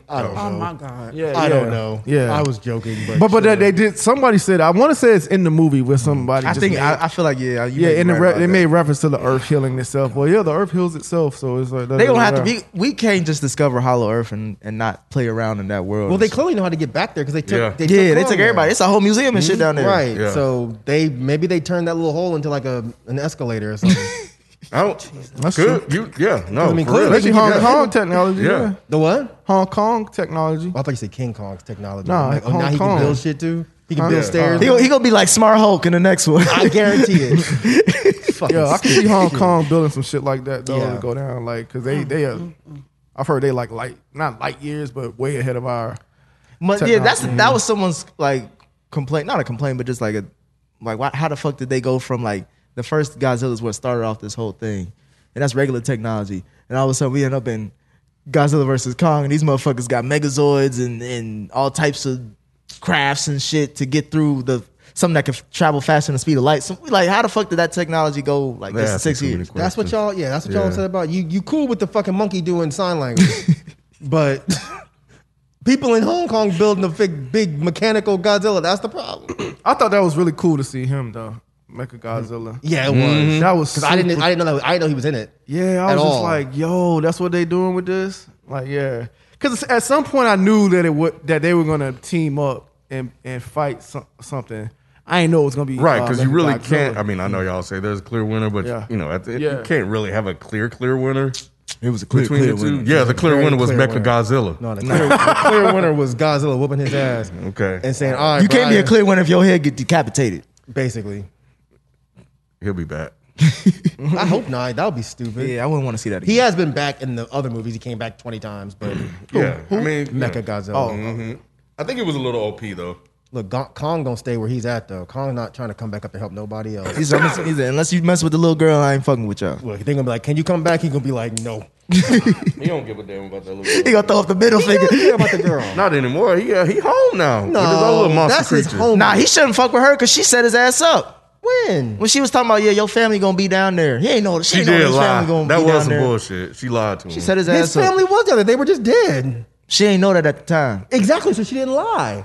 Speaker 4: Oh my god.
Speaker 6: Yeah,
Speaker 7: I
Speaker 6: yeah.
Speaker 7: don't know.
Speaker 6: Yeah,
Speaker 7: I was joking, but
Speaker 6: But but they, they did. Somebody said I want to say it's in the movie with somebody.
Speaker 5: I
Speaker 6: just
Speaker 5: think
Speaker 6: made-
Speaker 5: I, I feel like yeah, you
Speaker 6: yeah,
Speaker 5: may be
Speaker 6: in the
Speaker 5: right
Speaker 6: re-
Speaker 5: about
Speaker 6: they
Speaker 5: that.
Speaker 6: made reference to the Earth healing itself. Well, yeah, the Earth heals itself, so it's like
Speaker 5: They gonna have to be. We can't just discover Hollow Earth and, and not play around in that world.
Speaker 7: well, they clearly know how to get back there because they took
Speaker 2: Yeah.
Speaker 7: they
Speaker 5: yeah, they
Speaker 7: Kong
Speaker 5: took
Speaker 7: there.
Speaker 5: everybody. It's a whole museum and shit down there.
Speaker 7: Right.
Speaker 2: Yeah.
Speaker 7: So they maybe they turned that little hole into like a an escalator or something.
Speaker 2: I don't.
Speaker 6: That's
Speaker 2: good. You, yeah, no.
Speaker 7: I mean,
Speaker 2: for real.
Speaker 7: clearly-
Speaker 6: Especially Hong
Speaker 2: Yeah.
Speaker 6: Kong technology.
Speaker 2: Yeah.
Speaker 6: Yeah.
Speaker 7: the what? Oh,
Speaker 6: Hong Kong technology.
Speaker 7: I thought you said King Kong's technology.
Speaker 6: Nah,
Speaker 7: I'm like, oh, now
Speaker 6: Hong
Speaker 7: he
Speaker 6: Kong.
Speaker 7: can build shit too. He can
Speaker 6: Huh?
Speaker 7: build
Speaker 6: Yeah.
Speaker 7: stairs.
Speaker 5: He, he gonna be like Smart Hulk in the next one.
Speaker 7: I guarantee it. Fucking
Speaker 6: Yeah, I can see Hong Kong building some shit like that though
Speaker 7: Yeah.
Speaker 6: to go down, like because they they are. I've heard they like light, not light years, but way ahead of our.
Speaker 5: But yeah,
Speaker 6: Technology.
Speaker 5: that's that was someone's like complaint, not a complaint, but just like a like why, how the fuck did they go from like the first Godzilla is what started off this whole thing, and that's regular technology, and all of a sudden we end up in Godzilla versus Kong, and these motherfuckers got Megazoids and and all types of crafts and shit to get through the something that could travel faster than the speed of light. So like how the fuck did that technology go like
Speaker 2: They
Speaker 5: this in
Speaker 2: asking
Speaker 5: six
Speaker 2: too many
Speaker 5: years?
Speaker 2: questions.
Speaker 7: That's what y'all. Yeah, that's what y'all said about you. You cool with the fucking monkey doing sign language, but people in Hong Kong building a big, big mechanical Godzilla. That's the problem.
Speaker 6: I thought that was really cool to see him though, Mecha Godzilla.
Speaker 7: Yeah, it was.
Speaker 6: That was
Speaker 7: Cause I didn't.
Speaker 6: super-
Speaker 7: I didn't know that. I didn't know he was in it.
Speaker 6: Yeah, I
Speaker 7: at
Speaker 6: was
Speaker 7: all.
Speaker 6: just like, yo, that's what they doing with this. Like, yeah, because at some point I knew that it would that they were gonna team up and and fight some, something. I ain't know it was gonna be
Speaker 2: Right,
Speaker 6: uh,
Speaker 2: because you really
Speaker 6: Mechagodzilla.
Speaker 2: can't. I mean, I know y'all say there's a clear winner, but
Speaker 6: Yeah.
Speaker 2: you know, at the,
Speaker 6: Yeah.
Speaker 2: you can't really have a clear, clear winner
Speaker 9: It was a clear,
Speaker 2: between
Speaker 9: clear
Speaker 2: the two.
Speaker 9: winner.
Speaker 2: Yeah, the clear
Speaker 7: Very
Speaker 2: winner was
Speaker 7: clear
Speaker 2: Mecha
Speaker 7: winner.
Speaker 2: Godzilla.
Speaker 7: No, the clear, the clear winner was Godzilla whooping his ass
Speaker 2: Okay,
Speaker 7: and saying, "All right,
Speaker 5: You can't be a
Speaker 7: Brian,"
Speaker 5: clear winner if your head get decapitated.
Speaker 7: Basically,
Speaker 2: he'll be back.
Speaker 7: I hope not. That would be stupid.
Speaker 5: Yeah, I wouldn't want to see that. Again.
Speaker 7: He has been back in the other movies. He came back twenty times, but
Speaker 2: Yeah, I mean,
Speaker 7: Mecha
Speaker 2: yeah.
Speaker 7: Godzilla.
Speaker 5: Oh,
Speaker 7: Mm-hmm.
Speaker 2: Mhm. I think it was a little OP though.
Speaker 7: Look, Go- Kong gonna stay where he's at though. Kong's not trying to come back up and help nobody else.
Speaker 5: He's, he's, unless you mess with the little girl, I ain't fucking with y'all.
Speaker 7: Look, they're gonna be like, "Can you come back?" He's gonna be like, "No."
Speaker 2: He don't give a damn about that
Speaker 5: He
Speaker 2: little.
Speaker 5: gonna throw up the middle finger.
Speaker 7: Care about the girl.
Speaker 2: Not anymore. He uh, he home now. No, with his own little monster
Speaker 7: that's
Speaker 2: creature.
Speaker 7: his home.
Speaker 5: Nah, he shouldn't fuck with her because she set his ass up.
Speaker 7: when?
Speaker 5: When she was talking about, yeah, your family gonna be down there. He ain't know she,
Speaker 2: She
Speaker 5: ain't know
Speaker 2: did
Speaker 5: his
Speaker 2: lie.
Speaker 5: family gonna
Speaker 2: That
Speaker 5: be
Speaker 2: was
Speaker 5: down
Speaker 2: some
Speaker 5: there.
Speaker 2: bullshit. She lied to him.
Speaker 5: She set his
Speaker 7: His
Speaker 5: ass
Speaker 7: family
Speaker 5: up.
Speaker 7: was the other. They were just dead.
Speaker 5: She ain't know that at the time.
Speaker 7: Exactly. So she didn't lie.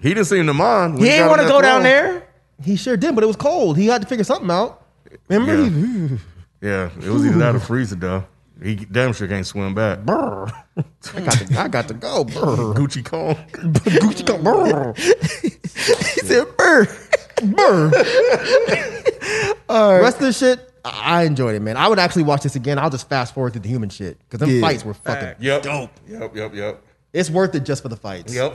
Speaker 2: he didn't seem to mind. when
Speaker 5: He
Speaker 2: got
Speaker 5: ain't
Speaker 2: in
Speaker 5: want to
Speaker 2: that
Speaker 5: go down
Speaker 2: throne.
Speaker 5: there.
Speaker 7: He sure did, but it was cold. He had to figure something out. Remember?
Speaker 2: Yeah.
Speaker 7: He-
Speaker 2: Yeah, it was either that or freezing though. He damn sure can't swim back.
Speaker 7: Brr. I got to. I got to go. Brr.
Speaker 2: Gucci Kong.
Speaker 7: Gucci go. Brr.
Speaker 5: He said, "Brr."
Speaker 7: Brr. Rest of the shit. I I enjoyed it, man. I would actually watch this again. I'll just fast forward to the human shit because them
Speaker 5: Yeah.
Speaker 7: fights were fucking.
Speaker 2: Yep. Dope. Yep. Yep. Yep.
Speaker 7: It's worth it just for the fights.
Speaker 2: Yep.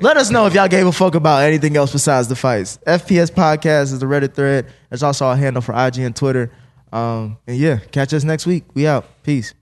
Speaker 5: Let us know if y'all gave a fuck about anything else besides the fights. FPS Podcast is the Reddit thread. There's also a handle for IG and Twitter. Um, and yeah, catch us next week. We out. Peace.